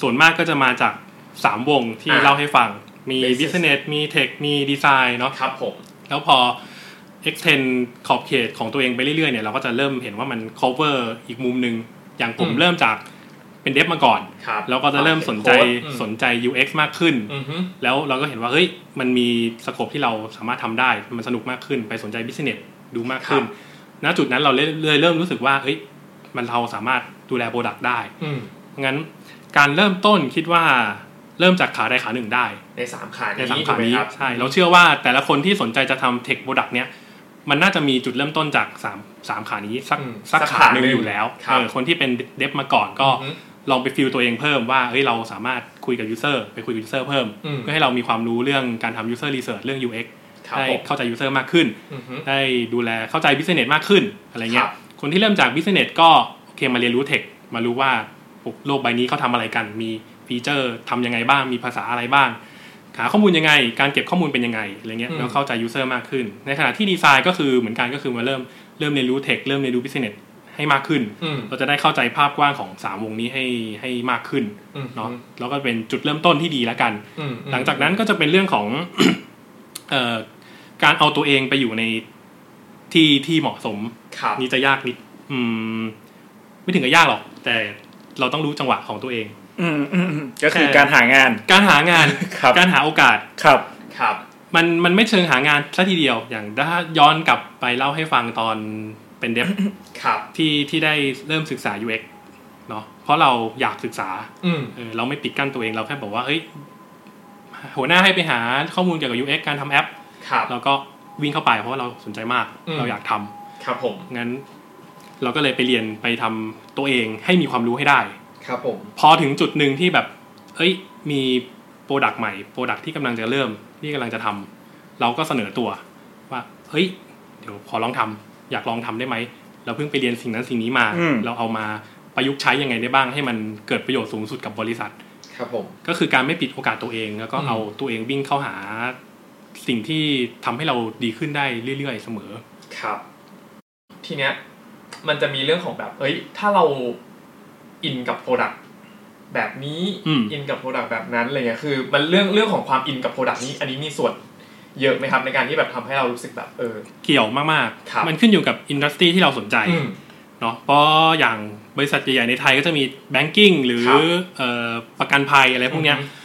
Speaker 3: ส่วนมากก็จะมาจาก 3 วงที่
Speaker 1: อ่า
Speaker 3: เล่าให้ฟัง มี
Speaker 1: Business
Speaker 3: business มี tech มี design เนาะ
Speaker 1: ครับผม
Speaker 3: แล้วพอ extend ขอบเขตของตัวเองไปเรื่อยๆเนี่ยเราก็จะเริ่มเห็นว่ามัน cover อีกมุมหนึ่งอย่างผม
Speaker 1: อืม
Speaker 3: เริ่มจากเป็นเดฟมาก่อน
Speaker 1: ครับ
Speaker 3: แล้วก็จะเริ่มสนใจ
Speaker 1: อืม
Speaker 3: สนใจ UX มากขึ้น
Speaker 1: อืมฮึ
Speaker 3: แล้วเราก็เห็นว่าเฮ้ยมันมีสโคปที่เราสามารถทำได้ มันสนุกมากขึ้นไปสนใจ business ดูมากขึ้นณจุดนั้นเราเลยเลยเริ่มรู้สึกว่าเฮ้ยมันเราสามารถดูแลโปรดักต์ได้
Speaker 1: อืม
Speaker 3: งั้นการเริ่มต้นคิดว่าเริ่มจากขาใดขาหนึ่งได้
Speaker 1: ในสามขานี้
Speaker 3: ในสาม
Speaker 1: ถู
Speaker 3: ขาก
Speaker 1: ไห
Speaker 3: นี้
Speaker 1: ครับ
Speaker 3: ใช่เราเชื่อว่าแต่ละคนที่สนใจจะทำเทคโปรดักต์เนี้ยมันน่าจะมีจุดเริ่มต้นจากสามสามขานี้สัก
Speaker 1: อืม
Speaker 3: สักขาหนึ่งอยู่แล้ว
Speaker 1: ครับ
Speaker 3: เออคนที่เป็นเดฟมาก่อนก็
Speaker 1: อืม
Speaker 3: ลองไปฟิลตัวเองเพิ่มว่าเฮ้ยเราสามารถคุยกับยูเซอร์ไปคุยกับยูเซอร์เพิ่ม
Speaker 1: อืม
Speaker 3: เพื่อให้เรามีความรู้เรื่องการทำยูเซอร์รีเสิร์ชเรื่อง UX
Speaker 1: ครับ
Speaker 3: ได้
Speaker 1: ผม
Speaker 3: เข้าใจยูเซอร์มากขึ้น
Speaker 1: อืมฮึ
Speaker 3: ได้ดูแลเข้าใจบิสเนสมากขึ้นอะไรเงี้
Speaker 1: ครั
Speaker 3: ย
Speaker 1: บ
Speaker 3: คนที่เริ่มจากบิสเนสก็โอเคมาเรียนรู้เทค มารู้ว่าโลกใบนี้เขาทำอะไรกัน มีฟีเจอร์ทำยังไงบ้าง มีภาษาอะไรบ้าง หาข้อมูลยังไง การเก็บข้อมูลเป็นยังไงอะไรเงี้ย
Speaker 1: อืม
Speaker 3: แล้วเข้าใจยูเซอร์มากขึ้น ในขณะที่ดีไซน์ก็คือเหมือนกันก็คือมาเริ่มเริ่มเรียนรู้เทค เริ่มเรียนรู้บิสเนสให้มากขึ้น
Speaker 1: อืม
Speaker 3: เราจะได้เข้าใจภาพกว้างของสามวงนี้ให้ให้มากขึ้น
Speaker 1: อืม
Speaker 3: เนาะ แล้วก็เป็นจุดเริ่มต้นที่ดีแล้วกัน
Speaker 1: อืม
Speaker 3: หลังจากนั้นก็จะเป็นเรื่องของ เอ่อการเอาตัวเองไปอยู่ในที่ที่เหมาะสม
Speaker 1: ครับ
Speaker 3: นี่จะยากนิดอืม ไม่ถึงกับยากหรอก แต่เราต้องรู้จังหวะของตัวเอง
Speaker 2: อืมอืมอืมก็คือการหางาน
Speaker 3: การหางาน
Speaker 2: ครับ
Speaker 3: การหาโอกาส
Speaker 2: ครับ
Speaker 1: ครับ
Speaker 3: มันมันไม่เชิงหางานซะทีเดียว อย่างถ้าย้อนกลับไปเล่าให้ฟังตอนเป็นเดฟ
Speaker 1: ครับ
Speaker 3: ที่ที่ได้เริ่มศึกษา UX เนาะเพราะเราอยากศึกษา
Speaker 1: อืม
Speaker 3: เออเราไม่ปิดกั้นตัวเองเราแค่บอกว่าเฮ้ยหัวหน้าให้ไปหาข้อมูลเกี่ยวกับ UX การทำแอป
Speaker 1: ครับ
Speaker 3: เราก็วิ่งเข้าไปเพราะว่าเราสนใจมาก
Speaker 1: อืม
Speaker 3: เราอยากทำ
Speaker 1: ครับผม
Speaker 3: งั้น เราก็เลยไปเรียนไปทำตัวเองให้มีความรู้ให้ได้
Speaker 1: ครับผม
Speaker 3: พอถึงจุดหนึ่งที่แบบ เอ้ย มีโปรดักต์ใหม่โปรดักต์ที่กำลังจะเริ่มที่กำลังจะทำเราก็เสนอตัว ว่าเฮ้ย เดี๋ยวขอลองทำอยากลองทำได้ไหม เราเพิ่งไปเรียนสิ่งนั้นสิ่งนี้มา
Speaker 2: อืม
Speaker 3: เราเอามาประยุกต์ใช้ยังไงได้บ้าง ให้มันเกิดประโยชน์สูงสุดกับบริษัท
Speaker 1: ครับผม
Speaker 3: ก็คือการไม่ปิดโอกาสตัวเอง แล้วก็
Speaker 1: อืม
Speaker 3: เอาตัวเองวิ่งเข้าหาสิ่งที่ทำให้เราดีขึ้นได้เรื่อยๆเสมอ
Speaker 1: ครับ ทีเนี้ย มันจะมีเรื่องของแบบ เอ้ย ถ้าเราอินกับโปรดักแบบนี้
Speaker 3: อืม
Speaker 1: อินกับโปรดักแบบนั้นอะไรเงี้ย คือ มันเรื่องเรื่องของความอินกับโปรดักนี้ อันนี้มีส่วน เยอะไหมครับ ในการที่แบบทำให้เรารู้สึกแบบ เออ
Speaker 3: เกี่ยวมาก
Speaker 1: ครับ
Speaker 3: ๆ มันขึ้นอยู่กับอินดัสทรีที่เราสนใจ
Speaker 1: อืม
Speaker 3: เนาะเพราะอย่างบริษัทใหญ่ๆในไทยก็จะมีแบงกิ้งหรือ
Speaker 1: ครับ
Speaker 3: เอ่อประกันภัยอะไรพวกเนี้ย
Speaker 1: อือฮึ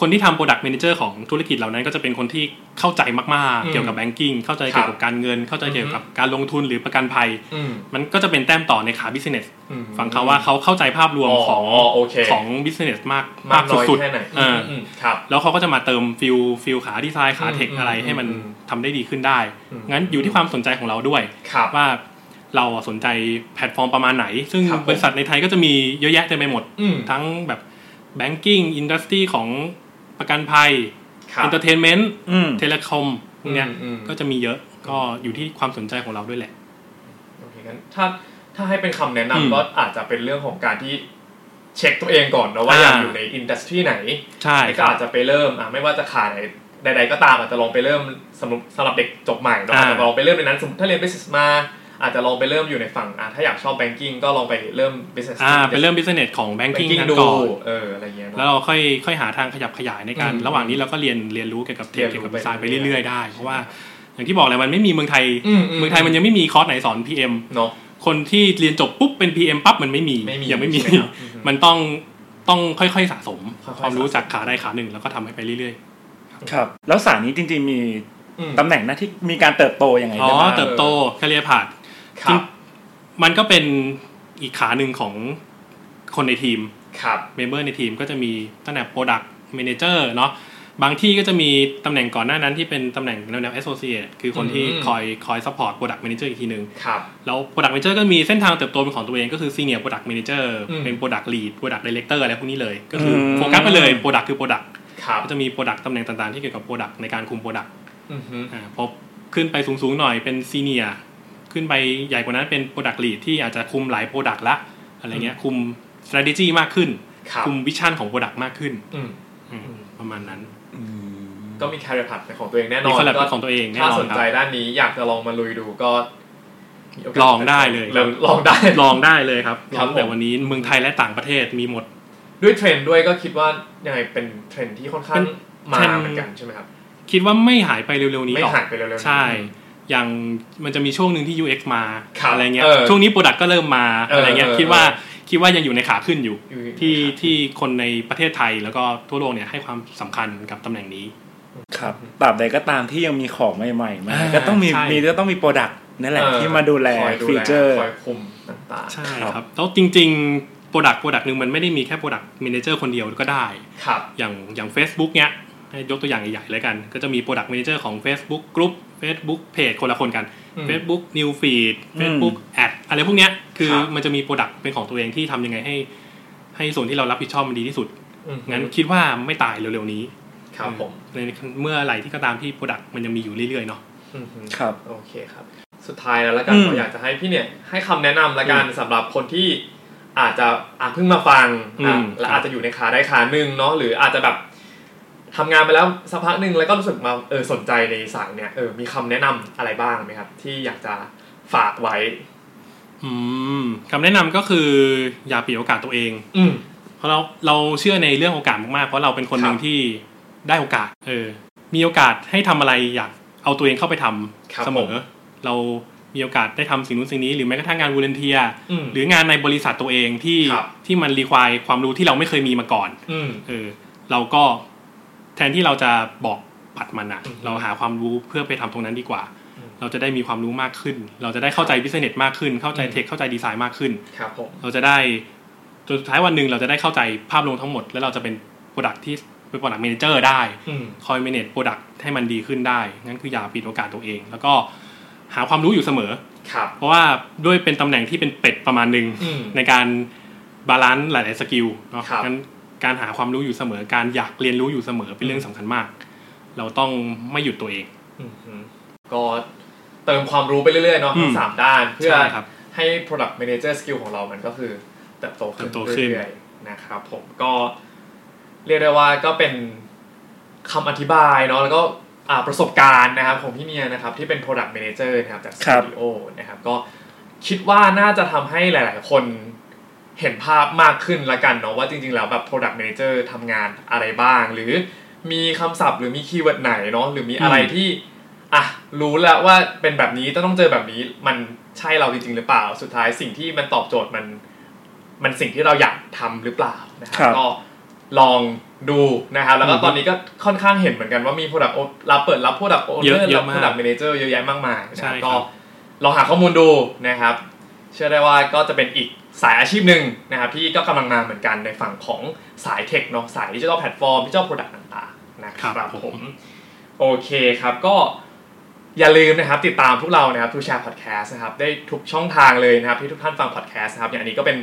Speaker 3: คนที่ทำ Product Manager ของธุรกิจเหล่านั้นก็จะเป็นคนที่เข้าใจมาก
Speaker 1: อืม
Speaker 3: ๆ เกี่ยวกับแบงกิ้งเข้าใจเกี่ยวกับการเงิน เข้าใจเกี่ยวกับการลงทุนหรือประกันภัย
Speaker 1: อืม
Speaker 3: มันก็จะเป็นแต้มต่อในขาบิสเนส
Speaker 1: อืม
Speaker 3: ฟังเขาว่าเขาเข้าใจภาพรวมของ
Speaker 1: อ๋อโอเค
Speaker 3: ของบิสเนสมาก
Speaker 1: มากน้อย
Speaker 3: สุด
Speaker 1: แค่ไหน
Speaker 3: เอออ
Speaker 1: อืมครับ
Speaker 3: แล้วเขาก็จะมาเติมฟิลฟิลขาดีไซน์ขาเทค
Speaker 1: อืม
Speaker 3: อะไรให้มัน
Speaker 1: อืม
Speaker 3: ทำได้ดีขึ้นได้
Speaker 1: อืม
Speaker 3: งั้นอยู่ที่ความสนใจของเราด้วย
Speaker 1: ครับ
Speaker 3: ว่า เราสนใจแพลตฟอร์มประมาณไหน ซึ่ง
Speaker 1: ครับผม
Speaker 3: บริษัทในไทยก็จะมีเยอะแยะเต็มไปหมด
Speaker 1: อืม
Speaker 3: ทั้งแบบแบงกิ้งอินดัสทรีของประกันภัย
Speaker 1: ครับ
Speaker 3: เอนเตอร์เทนเมนต์
Speaker 2: อืม
Speaker 3: เทเลคอมพวกเนี้ย
Speaker 1: อืมอืม
Speaker 3: ก็จะมีเยอะก็อยู่ที่ความสนใจของเราด้วยแหละ
Speaker 1: โอเคงั้นถ้าถ้าให้เป็นคำแนะนำ
Speaker 3: อืม
Speaker 1: ก็อาจจะเป็นเรื่องของการที่เช็คตัวเองก่อนนะว่า
Speaker 3: อ่า
Speaker 1: อยากอยู่ในอินดัสทรีไหน
Speaker 3: ใช่
Speaker 1: แล้ว
Speaker 3: ค
Speaker 1: ก็
Speaker 3: รับ
Speaker 1: อาจจะไปเริ่มอ่ะไม่ว่าจะขายใด ๆ ก็ตามอาจจะลองไปเริ่มสำหรับสำหรับเด็กจบใหม่เนาะ
Speaker 3: อ่า
Speaker 1: อาจจะลองไปเริ่มในนั้นสมมติถ้าเรียน business มา อาจจะลองไปเริ่มอยู่ในฝั่งอ่ะถ้าอยากชอบ banking ก็ลองไปเริ่ม business
Speaker 3: อ่าเป็นเรื่องบิสเนสของแบงกิ้ง
Speaker 1: banking
Speaker 3: กัน
Speaker 1: ดู
Speaker 3: ก่อน
Speaker 1: เอออะไรเงี้ยเนอะ
Speaker 3: แล้วเราค่อยค่อยหาทางขยับขยายในการ
Speaker 1: อืม
Speaker 3: ระหว่างนี้เราก็เรียนเรียนรู้เกี่ยวกับเทค
Speaker 1: เรี
Speaker 3: เกี่
Speaker 1: ยน
Speaker 3: ยว
Speaker 1: รู้
Speaker 3: กับดีไซน์
Speaker 1: ไป
Speaker 3: ไป
Speaker 1: เรื่อยๆ
Speaker 3: เรื่อยๆได้เพราะว่าอย่างที่บอกเลยมันไม่มีเมืองไทย เมืองไทยมัน
Speaker 1: เ
Speaker 3: ยังไม่มีคอร์สไหนสอน PM
Speaker 1: เนาะ
Speaker 3: คนที่เรียนจบปุ๊บเป็น PM ปั๊บมันไม่มี
Speaker 1: ไม่มี
Speaker 3: ยังไม่มี
Speaker 1: ใช่ไหมครับอือฮึ
Speaker 3: มันต้องต้องค่อยๆสะสม
Speaker 1: ค่อยๆ
Speaker 3: ความรู้
Speaker 1: สะสม
Speaker 3: จากขาใดขาหนึ่งแล้วก็ทำให้ไปเรื่อย
Speaker 2: ครับ แล้วสายนี้จริงๆมี
Speaker 1: อืม
Speaker 2: ตำแหน่งหน้าที่มีการเติบโตยังไง
Speaker 3: ๆอ๋อ
Speaker 2: ได้บ้าง
Speaker 3: เติบโตแคเรียผ่าน
Speaker 1: ครับ
Speaker 3: มันก็เป็นอีกขาหนึ่งของคนในทีม
Speaker 1: ครับ
Speaker 3: เมมเบอร์ในทีมก็จะมีตำแหน่ง Product Manager เนาะบางที่ก็จะมีตำแหน่งก่อนหน้านั้นที่เป็นตำแหน่งแนว Associate คือคนที่คอยคอย support Product Manager อีกทีหนึ่ง
Speaker 1: ครับ
Speaker 3: แล้ว Product Manager ก็มีเส้นทางเติบโตเป็นของตัวเองก็คือ Senior Product Manager
Speaker 1: อืม
Speaker 3: เป็น Product Lead Product Director อะไรพวกนี้เลย ก็คือโฟกัสไปเลย Product คือ Product
Speaker 1: ครับ
Speaker 3: ก็จะมี Product ตำแหน่งต่างๆที่เกี่ยวกับ Product ในการคุม Product
Speaker 1: อือฮึ
Speaker 3: อ่าพอขึ้นไปสูงๆหน่อยเป็น Senior ขึ้นไปใหญ่กว่านั้นเป็น Product Lead ที่อาจจะคุมหลาย Product ละอะไรเงี้ยคุม strategy มากขึ้น
Speaker 1: ครับ
Speaker 3: คุมวิชั่นของโปรดักต์มากขึ้น
Speaker 1: อืม
Speaker 3: อืม
Speaker 1: อืม
Speaker 3: ประมาณนั้น
Speaker 2: อืม
Speaker 1: ก็มีแคริพัดเป็นของตัวเองแน่น
Speaker 3: มี
Speaker 1: อน
Speaker 3: คอลแลบเป็นของตัวเองแน่
Speaker 1: ถ้าน
Speaker 3: อ
Speaker 1: ส
Speaker 3: น
Speaker 1: น
Speaker 3: ครับ
Speaker 1: ใจด้านนี้อยากจะลองมาลุยดูก็มีโกาส
Speaker 3: ลองได้เลย
Speaker 1: ริ่มลองได้
Speaker 3: ลองได้เลยครับ
Speaker 1: ค
Speaker 3: ล
Speaker 1: รั
Speaker 3: อบ งแต่
Speaker 1: ผม
Speaker 3: วันนี้เมืองไทยและต่างประเทศมีหมด
Speaker 1: ด้วยเทรนด์ด้วยก็คิดว่ายังไงเป็นเทรนด์ที่ค่อนข้างมา
Speaker 3: เป็นเทรนด์
Speaker 1: เหมือนกันใช่ไหมครับ
Speaker 3: คิดว่าไม่หายไปเร็วๆนี้
Speaker 1: ไม่
Speaker 3: หรอก
Speaker 1: หายไปเร็วๆนี้
Speaker 3: ใช่ อย่างมันจะมีช่วงหนึ่งที่ UX มา
Speaker 1: ครับ
Speaker 3: อะไรเงี้ย
Speaker 1: เออ
Speaker 3: ช่วงนี้โปรดักต์ก็เริ่มมา
Speaker 1: เออ
Speaker 3: อะไรเงี้ย
Speaker 1: เออ
Speaker 3: คิดว่า
Speaker 1: เอ
Speaker 3: คิดว่ายังอยู่ในขาขึ้นอยู่
Speaker 1: อยู่
Speaker 3: ที่ที่คนในประเทศไทยแล้วก็ทั่วโลกเนี่ยให้ความสำคัญกับตำแหน่งนี้
Speaker 2: ครับตราบใดก็ตามที่ยังมีของใหม่ๆมา
Speaker 3: อ่า
Speaker 2: ก็ต้องมี
Speaker 3: ใช่
Speaker 2: มีก็ต้องมีโปรดักต์นั่นแหละ
Speaker 1: เออ
Speaker 2: ที่มาดูแล
Speaker 1: คอย
Speaker 2: ฟีเจอร์
Speaker 1: คอยคุมต่าง
Speaker 3: ใช่
Speaker 2: ครับ
Speaker 3: ครับแล้วจริงๆโปรดักต์โปรดักต์หนึ่งมันไม่ได้มีแค่โปรดักต์เมนเจอร์คนเดียวก็ได้
Speaker 1: ๆ ครับ
Speaker 3: อย่างอย่าง Facebook เนี้ยให้ยกตัวอย่างใหญ่ๆเลยกัน ก็จะมี Product Manager ของ Facebook Group Facebook Page คนละคนกัน
Speaker 1: อืม
Speaker 3: Facebook New Feed
Speaker 2: อืม
Speaker 3: Facebook Ad อะไรพวกเนี้ยคือ
Speaker 1: ครับ
Speaker 3: มันจะมี Product เป็นของตัวเองที่ทำยังไงให้ ให้ส่วนที่เรารับผิดชอบมันดีที่สุด
Speaker 1: อืม
Speaker 3: งั้นคิดว่าไม่ตายเร็วๆนี้
Speaker 1: ครับผม
Speaker 3: ในเมื่อไหร่ที่ก็ตามที่ Product มันยังมีอยู่เรื่อยๆเนาะ
Speaker 1: อือฮึ
Speaker 2: ครับ
Speaker 1: โอเคครับ สุดท้ายแล้วละกัน
Speaker 2: อืม
Speaker 1: เราอยากจะให้พี่เนี่ยให้คำแนะนำละกันสำหรับคนที่อาจจะอาจเพิ่งมาฟังอ่ะ
Speaker 3: อืม
Speaker 1: และ
Speaker 3: ครับ
Speaker 1: อาจจะอยู่ในขาได้ขาหนึ่งเนาะหรืออาจจะแบบ ทำงานไปแล้วสักพักหนึ่งแล้วก็รู้สึกมาเออสนใจในสายเนี่ยเออมีคำแนะนำอะไรบ้างไหมครับ ที่อยากจะฝากไว้
Speaker 3: อืมคำแนะนำก็คืออย่าปิดโอกาสตัวเอง
Speaker 1: อืม
Speaker 3: เพราะเราเราเชื่อในเรื่องโอกาสมากๆ เพราะเราเป็นคนหนึ่
Speaker 1: ค
Speaker 3: ง
Speaker 1: รับ
Speaker 3: ที่ได้โอกาส เออ มีโอกาสให้ทำอะไรอยากเอาตัวเองเข้าไปทำ
Speaker 1: ครับ
Speaker 3: เสมอ เรามีโอกาสได้ทำสิ่งนู้นสิ่งนี้หรือแม้กระทั่งงานวูเลนเทีย
Speaker 1: อืม
Speaker 3: หรืองานในบริษัทตัวเองที่
Speaker 1: ครับ
Speaker 3: ที่มันรีควายความรู้ที่เราไม่เคยมีมาก่อน
Speaker 1: อืม
Speaker 3: เออ เราก็แทนที่เราจะบอกปัดมันอะ
Speaker 1: อือฮึ
Speaker 3: เราหาความรู้เพื่อไปทำตรงนั้นดีกว่า
Speaker 1: อืม
Speaker 3: เราจะได้มีความรู้มากขึ้น เราจะได้เข้าใจบิสเนสมากขึ้น เข้าใจเทคเข้าใจดีไซน์มากขึ้น
Speaker 1: ครับผม
Speaker 3: เราจะได้จนสุดท้ายวันหนึ่งเราจะได้เข้าใจภาพรวมทั้งหมด แล้วเราจะเป็น Product ที่เป็น Product Manager ได้
Speaker 1: อืม
Speaker 3: คอย manage Product ให้มันดีขึ้นได้งั้นคืออย่าปิดโอกาสตัวเอง แล้วก็หาความรู้อยู่เสมอ
Speaker 1: ครับ
Speaker 3: เพราะว่าด้วยเป็นตำแหน่งที่เป็นเป็ดประมาณหนึ่ง
Speaker 1: อืม
Speaker 3: ในการบาลานซ์หลาย ๆ สกิลเนาะ
Speaker 1: ครับ
Speaker 3: งั้นการหาความรู้อยู่เสมอ การอยากเรียนรู้อยู่เสมอเป็นเรื่อง
Speaker 1: อืม
Speaker 3: สำคัญมาก เราต้องไม่หยุดตัวเอง
Speaker 1: อืมฮึก็เติมความรู้ไปเรื่อยๆเนาะ
Speaker 3: อืม
Speaker 1: ทั้งสามด้านเพื่อ
Speaker 3: ใช่ครับ
Speaker 1: ให้ product manager skill ของเรามันก็คือเติบโตขึ้น
Speaker 3: เติบโตขึ้น
Speaker 1: เรื่อยๆนะครับผมก็เรียกได้ว่าก็เป็นคำอธิบายเนาะแล้วก็อ่าประสบการณ์นะครับของพี่เนียนะครับที่เป็น product manager นะครับจาก
Speaker 2: ครับ
Speaker 1: studio นะครับก็คิดว่าน่าจะทำให้หลายๆ คนเห็นภาพมากขึ้นละกันเนาะว่าจริงๆ แล้วแบบ product manager ทำงานอะไรบ้าง หรือมีคำศัพท์หรือมีคีย์เวิร์ดไหนเนาะหรือมีอะไร
Speaker 3: อืม
Speaker 1: ที่ อ่ะรู้แล้วว่าเป็นแบบนี้ต้องเจอแบบนี้มันใช่เราจริงๆหรือเปล่า สุดท้ายสิ่งที่มันตอบโจทย์มัน มันสิ่งที่เราอยากทำหรือเปล่านะค
Speaker 2: ครั
Speaker 1: รับบ ก็ลองดูนะครับแล้วก็
Speaker 3: อือฮึ
Speaker 1: ตอนนี้ก็ค่อนข้างเห็นเหมือนกันว่ามี product o รับเปิดรับ product owner
Speaker 3: เยอะเย
Speaker 1: รั
Speaker 3: อะ
Speaker 1: บ
Speaker 3: มาก
Speaker 1: product manager เยอะแยะมากมายนะ
Speaker 3: ใช่
Speaker 1: ครับ
Speaker 3: ครับ
Speaker 1: ก็ลองหาข้อมูลดูนะครับ เชื่อได้ว่าก็จะเป็นอีกสายอาชีพหนึ่งนะครับที่ก็กำลังมาเหมือนกันในฝั่งของสายเทคเนาะสายดิจิทัลแพลตฟอร์มดิจิทัลโปรดักต์ต่างๆนะครับ
Speaker 3: ครับผม
Speaker 1: โอเคครับก็ อย่าลืมนะครับติดตามพวกเรานะครับทูแชร์พอดแคสต์นะครับได้ทุกช่องทางเลยนะครับที่ทุกท่านฟังพอดแคสต์นะครับอย่างอันนี้ก็เป็น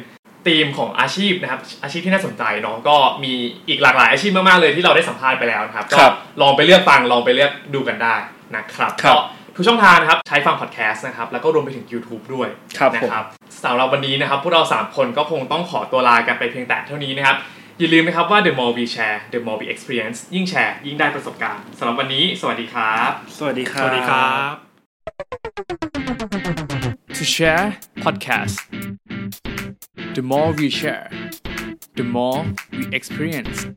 Speaker 1: ธีมของอาชีพนะครับอาชีพที่น่าสนใจเนาะก็มีอีกหลากหลายอาชีพมากๆเลยที่เราได้สัมภาษณ์ไปแล้วนะครับ
Speaker 2: ค
Speaker 1: ก็
Speaker 2: รับ
Speaker 1: ลองไปเลือกฟังลองไปเลือกดูกันได้นะครับ
Speaker 2: ครั
Speaker 1: ก็
Speaker 2: บ
Speaker 1: ทุกช่องทางนะครับใช้ฟังพอดแคสต์นะครับแล้วก็รวมไปถึง YouTube ด้วย
Speaker 2: ครับผม
Speaker 1: นะครับสำหรับวันนี้นะครับพวกเราสามคนก็คงต้องขอตัวลากันไปเพียงแต่เท่านี้นะครับอย่าลืมนะครับว่า The more we share the more we experience ยิ่งแชร์ยิ่งได้ประสบการณ์สำหรับวันนี้ สวัสดีครับ
Speaker 2: สวัสดีครับ
Speaker 3: สวัสดีครับ
Speaker 4: to share podcast. The more we share, the more we experience.